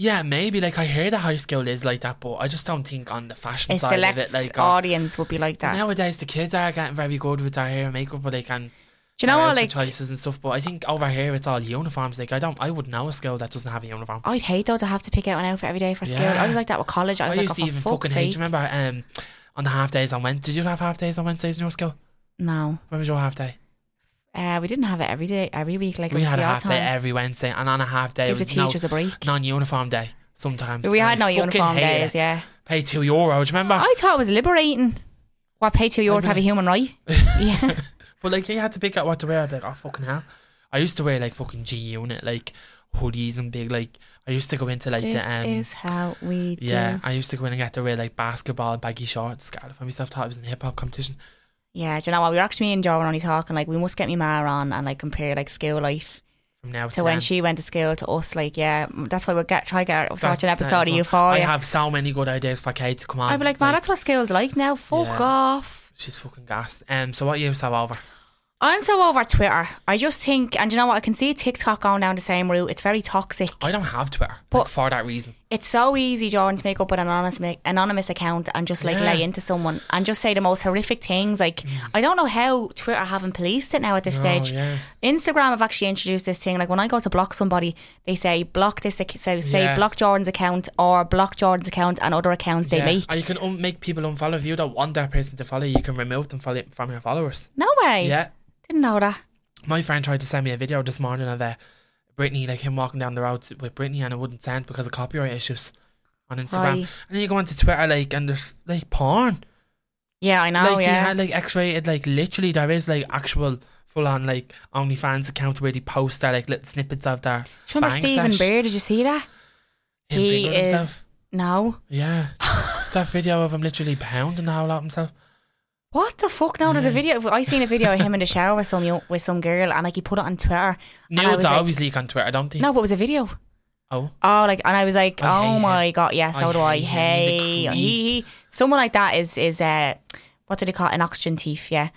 B: yeah, maybe. Like, I hear the high school is like that, but I just don't think on the fashion
A: a
B: side
A: select
B: of it, like, or-
A: audience would be like that.
B: Nowadays, the kids are getting very good with their hair and makeup, but they can
A: Do you know what? Like,
B: choices and stuff. But I think over here, it's all uniforms. Like I don't, I wouldn't know a school that doesn't have a uniform.
A: I'd hate though to have to pick out an outfit every day for school.
B: Yeah.
A: I was like that with college. I
B: I,
A: was like,
B: used
A: oh,
B: to
A: for
B: even
A: fuck's
B: fucking
A: sake.
B: hate. Remember, um, on the half days on Wednesday, did you have half days on Wednesdays in your school?
A: No,
B: When was your half day?
A: uh, we didn't have it every day, every week. Like
B: we
A: it was
B: had
A: the
B: a
A: odd
B: half day
A: time.
B: every Wednesday, and on a half day,
A: Give the
B: it was no,
A: teachers a break.
B: non-uniform day. Sometimes
A: we
B: and I
A: had no
B: fucking
A: uniform
B: hated it.
A: days. Yeah,
B: Pay two euro. Do you remember?
A: I thought it was liberating. What pay two euro to have a human right? yeah,
B: But like you had to pick out what to wear. I'd be like, oh fucking hell. I used to wear like fucking G Unit, like hoodies and big like. I used to go into like
A: this
B: the um,
A: is how we do.
B: Yeah, I used to go in and get to wear like basketball baggy shorts. Scarlet for myself thought it was in a hip hop competition.
A: Yeah, do you know what? We were actually me and Joe were only talking like we must get me ma on and like compare like school life
B: From now to,
A: to when
B: then.
A: she went to school to us. Like, yeah, that's why we'll get try get. I was
B: That's-
A: watching an
B: that
A: episode
B: is
A: of
B: one. I
A: Euphoria.
B: have so many good ideas for Kate to come on.
A: I'd be like, man, that's what school's like now. Fuck
B: Yeah.
A: off.
B: she's fucking gassed. Um, so what you saw over?
A: I'm so over Twitter. I just think, and you know what? I can see TikTok going down the same route. It's very toxic.
B: I don't have Twitter, like,
A: But-
B: for that reason.
A: It's so easy, Jordan, to make up an anonymous ma- anonymous account and just like
B: Yeah. Mm.
A: lay into someone and just say the most horrific things. Like I don't know how Twitter haven't policed it now at this stage.
B: Oh, yeah.
A: Instagram have actually introduced this thing. Like when I go to block somebody, they say block this. ac- So say
B: Yeah.
A: block Jordan's account or block Jordan's account and other accounts they
B: yeah.
A: make.
B: And you can un- make people unfollow if you don't want that person to follow you. You can remove them follow- from your followers.
A: no way.
B: Yeah.
A: Didn't know that.
B: My friend tried to send me a video this morning of uh, Britney, like him walking down the road with Britney, and it wouldn't send because of copyright issues on Instagram.
A: Right.
B: And then you go onto Twitter, like, and there's like porn.
A: Yeah, I know.
B: like,
A: Oh, yeah.
B: they had like X rated, like, literally, there is like actual full on like OnlyFans accounts where they post their like little snippets of their.
A: Do you remember
B: bang
A: Stephen
B: slash.
A: Bear? Did you see that?
B: Him
A: He
B: fingering
A: is-
B: himself.
A: No.
B: Yeah. that video of him literally pounding the whole lot himself.
A: What the fuck? No, there's a
B: Yeah.
A: video. I seen a video of him in the shower with some yo- with some girl, and like he put it on Twitter. And I
B: Nudes
A: was like-
B: always leak on Twitter, I don't think.
A: No, but it was a video.
B: Oh.
A: Oh, like, and I was like,
B: I hate
A: oh
B: him.
A: my god, yeah, so
B: I
A: do I.
B: hate him.
A: Hey,
B: He's a creep.
A: he, he, someone like that is is uh, what did they call it? an oxygen thief? Yeah,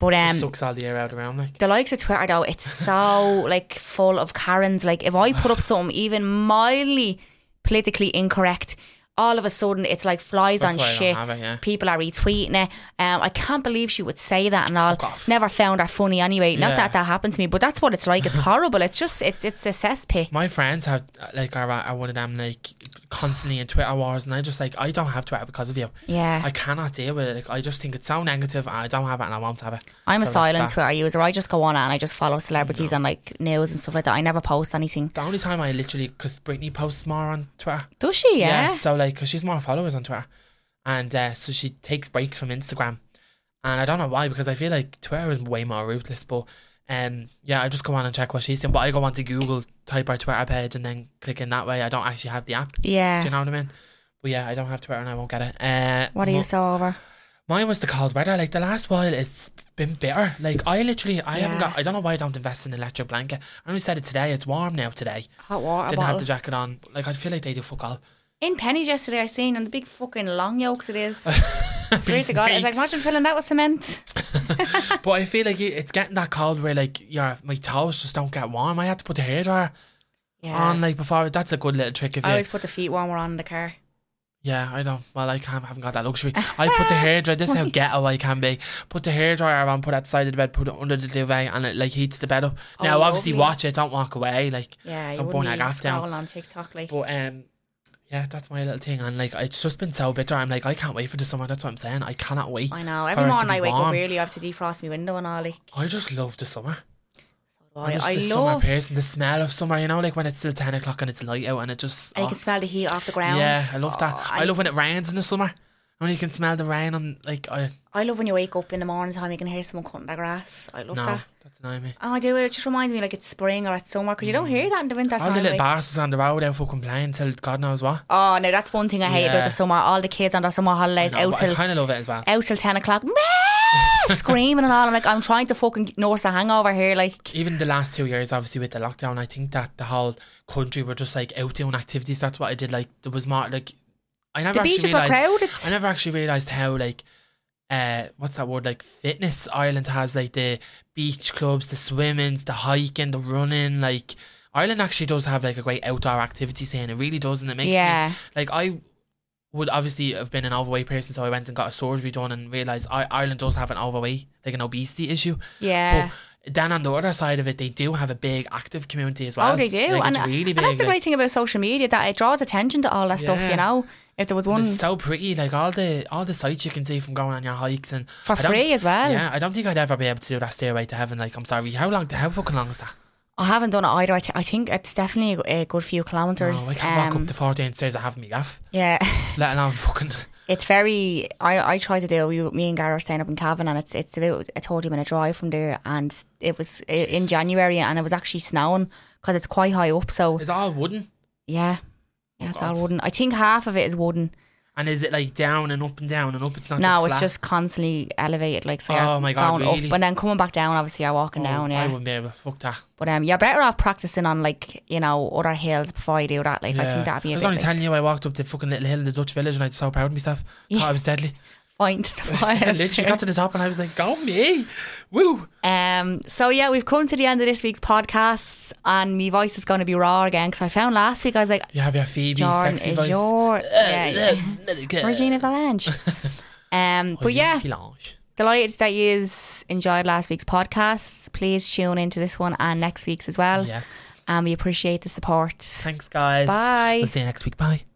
A: but
B: Just
A: um,
B: sucks all the air out around, like.
A: the likes of Twitter though, it's so like full of Karens. Like, if I put up something even mildly politically incorrect, all of a sudden it's like flies
B: That's
A: on
B: why I don't
A: shit.
B: have it, yeah.
A: People are retweeting it. Um, I can't believe she would say that and all.
B: Fuck off.
A: Never found her funny anyway. Not
B: Yeah.
A: that that happened to me, but that's what it's like. It's horrible. It's just it's it's a cesspit.
B: my friends have uh, like are, are one of them like constantly in Twitter wars, and I just like I don't have Twitter because of you.
A: Yeah,
B: I cannot deal with it. Like I just think it's so negative, and I don't have it, and I won't have it.
A: I'm a
B: so that's
A: silent
B: that.
A: Twitter user. I just go on it and I just follow celebrities and like news and stuff like that. I never post anything.
B: The only time I literally, because Britney posts more on Twitter.
A: Does she? Yeah.
B: So like, because she's more followers on Twitter, and uh, so she takes breaks from Instagram, and I don't know why because I feel like Twitter is way more ruthless. But um, yeah, I just go on and check what she's doing. But I go on to Google, type her Twitter page, and then click in that way. I don't actually have the app.
A: Yeah.
B: Do you know what I mean? But yeah, I don't have Twitter and I won't get it. Uh,
A: what are
B: mo-
A: you so over?
B: Mine was the cold weather. Like the last while, it's been bitter. Like I literally, I haven't
A: Yeah.
B: got. I don't know why I don't invest in an electric blanket. I only said it today. It's warm now today.
A: Hot water
B: Didn't have
A: bottle.
B: the jacket on. Like I feel like they do fuck all.
A: In pennies yesterday, I seen and the big fucking long yolks it is. Sweet
B: These
A: to God, it's like
B: snakes.
A: imagine filling that with cement.
B: But I feel like it- it's getting that cold where like your my toes just don't get warm. I had to put the hairdryer
A: Yeah. Oh,
B: on like before. That's a good little trick if
A: I
B: you.
A: always put the feet warmer on in the car.
B: yeah, I don't. Well, I can't, haven't got that luxury. I put the hairdryer. This is how ghetto I can be. Put the hairdryer on. Put it at the side of the bed. Put it under the duvet, and it like heats the bed up.
A: Oh,
B: now, obviously,
A: lovely.
B: watch it. Don't walk away. Like.
A: Yeah, you
B: Don't
A: wouldn't
B: burn
A: be
B: that gas
A: scrolling
B: down.
A: on TikTok like.
B: But um, yeah, that's my little thing, and like it's just been so bitter. I'm like, I can't wait for the summer. That's what I'm saying. I cannot wait.
A: I know.
B: for it
A: Every
B: to
A: morning
B: be
A: I wake up
B: warm.
A: early, I have to defrost my window and all like.
B: I just love the summer. I'm
A: I,
B: just
A: I
B: the summer
A: love.
B: person. The smell of summer. You know, like when it's still ten o'clock and it's light out, and it just
A: And you
B: oh,
A: can smell the heat off the ground.
B: yeah, I love that.
A: Oh,
B: I, love when it rains in the summer. When you can smell the rain and like I
A: I love when you wake up in the morning time, you can hear someone cutting the grass. I love
B: no,
A: that.
B: that's annoying me.
A: Oh, I do it. It just reminds me like it's spring or it's summer because you don't hear that in the winter
B: Mm. All
A: time.
B: the little
A: like.
B: bastards on the road out fucking playing till God knows what.
A: Oh no, that's one thing I hate about
B: Yeah.
A: the summer. All the kids on their summer holidays
B: No,
A: out
B: but I
A: till
B: kind of love it as well.
A: out till ten o'clock, "Meow," screaming and all. I'm like, I'm trying to fucking nurse a hangover here. Like,
B: even the last two years, obviously with the lockdown, I think that the whole country were just like out doing activities. That's what I did. Like there was more like I never
A: the
B: actually
A: beaches were
B: realized.
A: crowded.
B: I never actually realized how like uh what's that word like fitness Ireland has like the beach clubs, the swimmings, the hiking, the running. Like Ireland actually does have like a great outdoor activity scene. It really does, and it makes me
A: Yeah,
B: like I would obviously have been an overweight person, so I went and got a surgery done and realized I- Ireland does have an overweight like an obesity issue.
A: yeah.
B: But then on the other side of it, they do have a big active community as well.
A: oh, they do,
B: Like,
A: and,
B: it's really big.
A: and that's the
B: like,
A: great thing about social media that it draws attention to all that stuff.
B: Yeah.
A: You know, if there was one
B: it's so pretty, like all the all the sights you can see from going on your hikes and
A: for
B: I don't-
A: free as well.
B: Yeah, I don't think I'd ever be able to do that stairway to heaven. Like, I'm sorry, how long? How fucking long is that?
A: I haven't done it either. I, t- I think it's definitely a, a good few kilometers.
B: oh, I can walk
A: um,
B: up the 14 stairs. I haven't me gaff,
A: yeah.
B: let alone fucking.
A: It's very. I, I try to do. We, me and Gary are staying up in Cavan, and it's it's about a thirty minute drive from there. And it was i- in January, and it was actually snowing because it's quite high up. So
B: Is it all wooden?
A: yeah, yeah, it's all
B: Oh, God.
A: wooden. I think half of it is wooden.
B: And is it like down and up and down and up? It's not.
A: No,
B: just
A: it's
B: flat?
A: just constantly elevated. Like so,
B: Oh
A: you're
B: my God,
A: going
B: really?
A: up and then coming back down. Obviously, you're walking
B: Oh,
A: down.
B: I
A: Yeah,
B: wouldn't be able. Fuck that.
A: but um, you're better off practicing on like you know other hills before you do that. Like I
B: Yeah.
A: think that'd be
B: I
A: a
B: was
A: bit.
B: only
A: like-
B: telling you I walked up the fucking little hill in the Dutch village and I was so proud of myself.
A: Yeah.
B: Thought I was deadly.
A: find the
B: I
A: file.
B: literally got to the top and I was like, go me. Woo.
A: Um, so yeah, we've come to the end of this week's podcast, and my voice is going to be raw again because I found last week I was like,
B: You have your Phoebe
A: Jordan
B: sexy
A: is
B: voice.
A: your yeah,
B: Uh, look, smell it good.
A: Regina Valanche. um, but
B: Regina
A: yeah,
B: Phelange.
A: delighted that you enjoyed last week's podcast. Please tune into this one and next week's as well,
B: Yes.
A: and we appreciate the support.
B: Thanks, guys.
A: Bye.
B: We'll see you next week. Bye.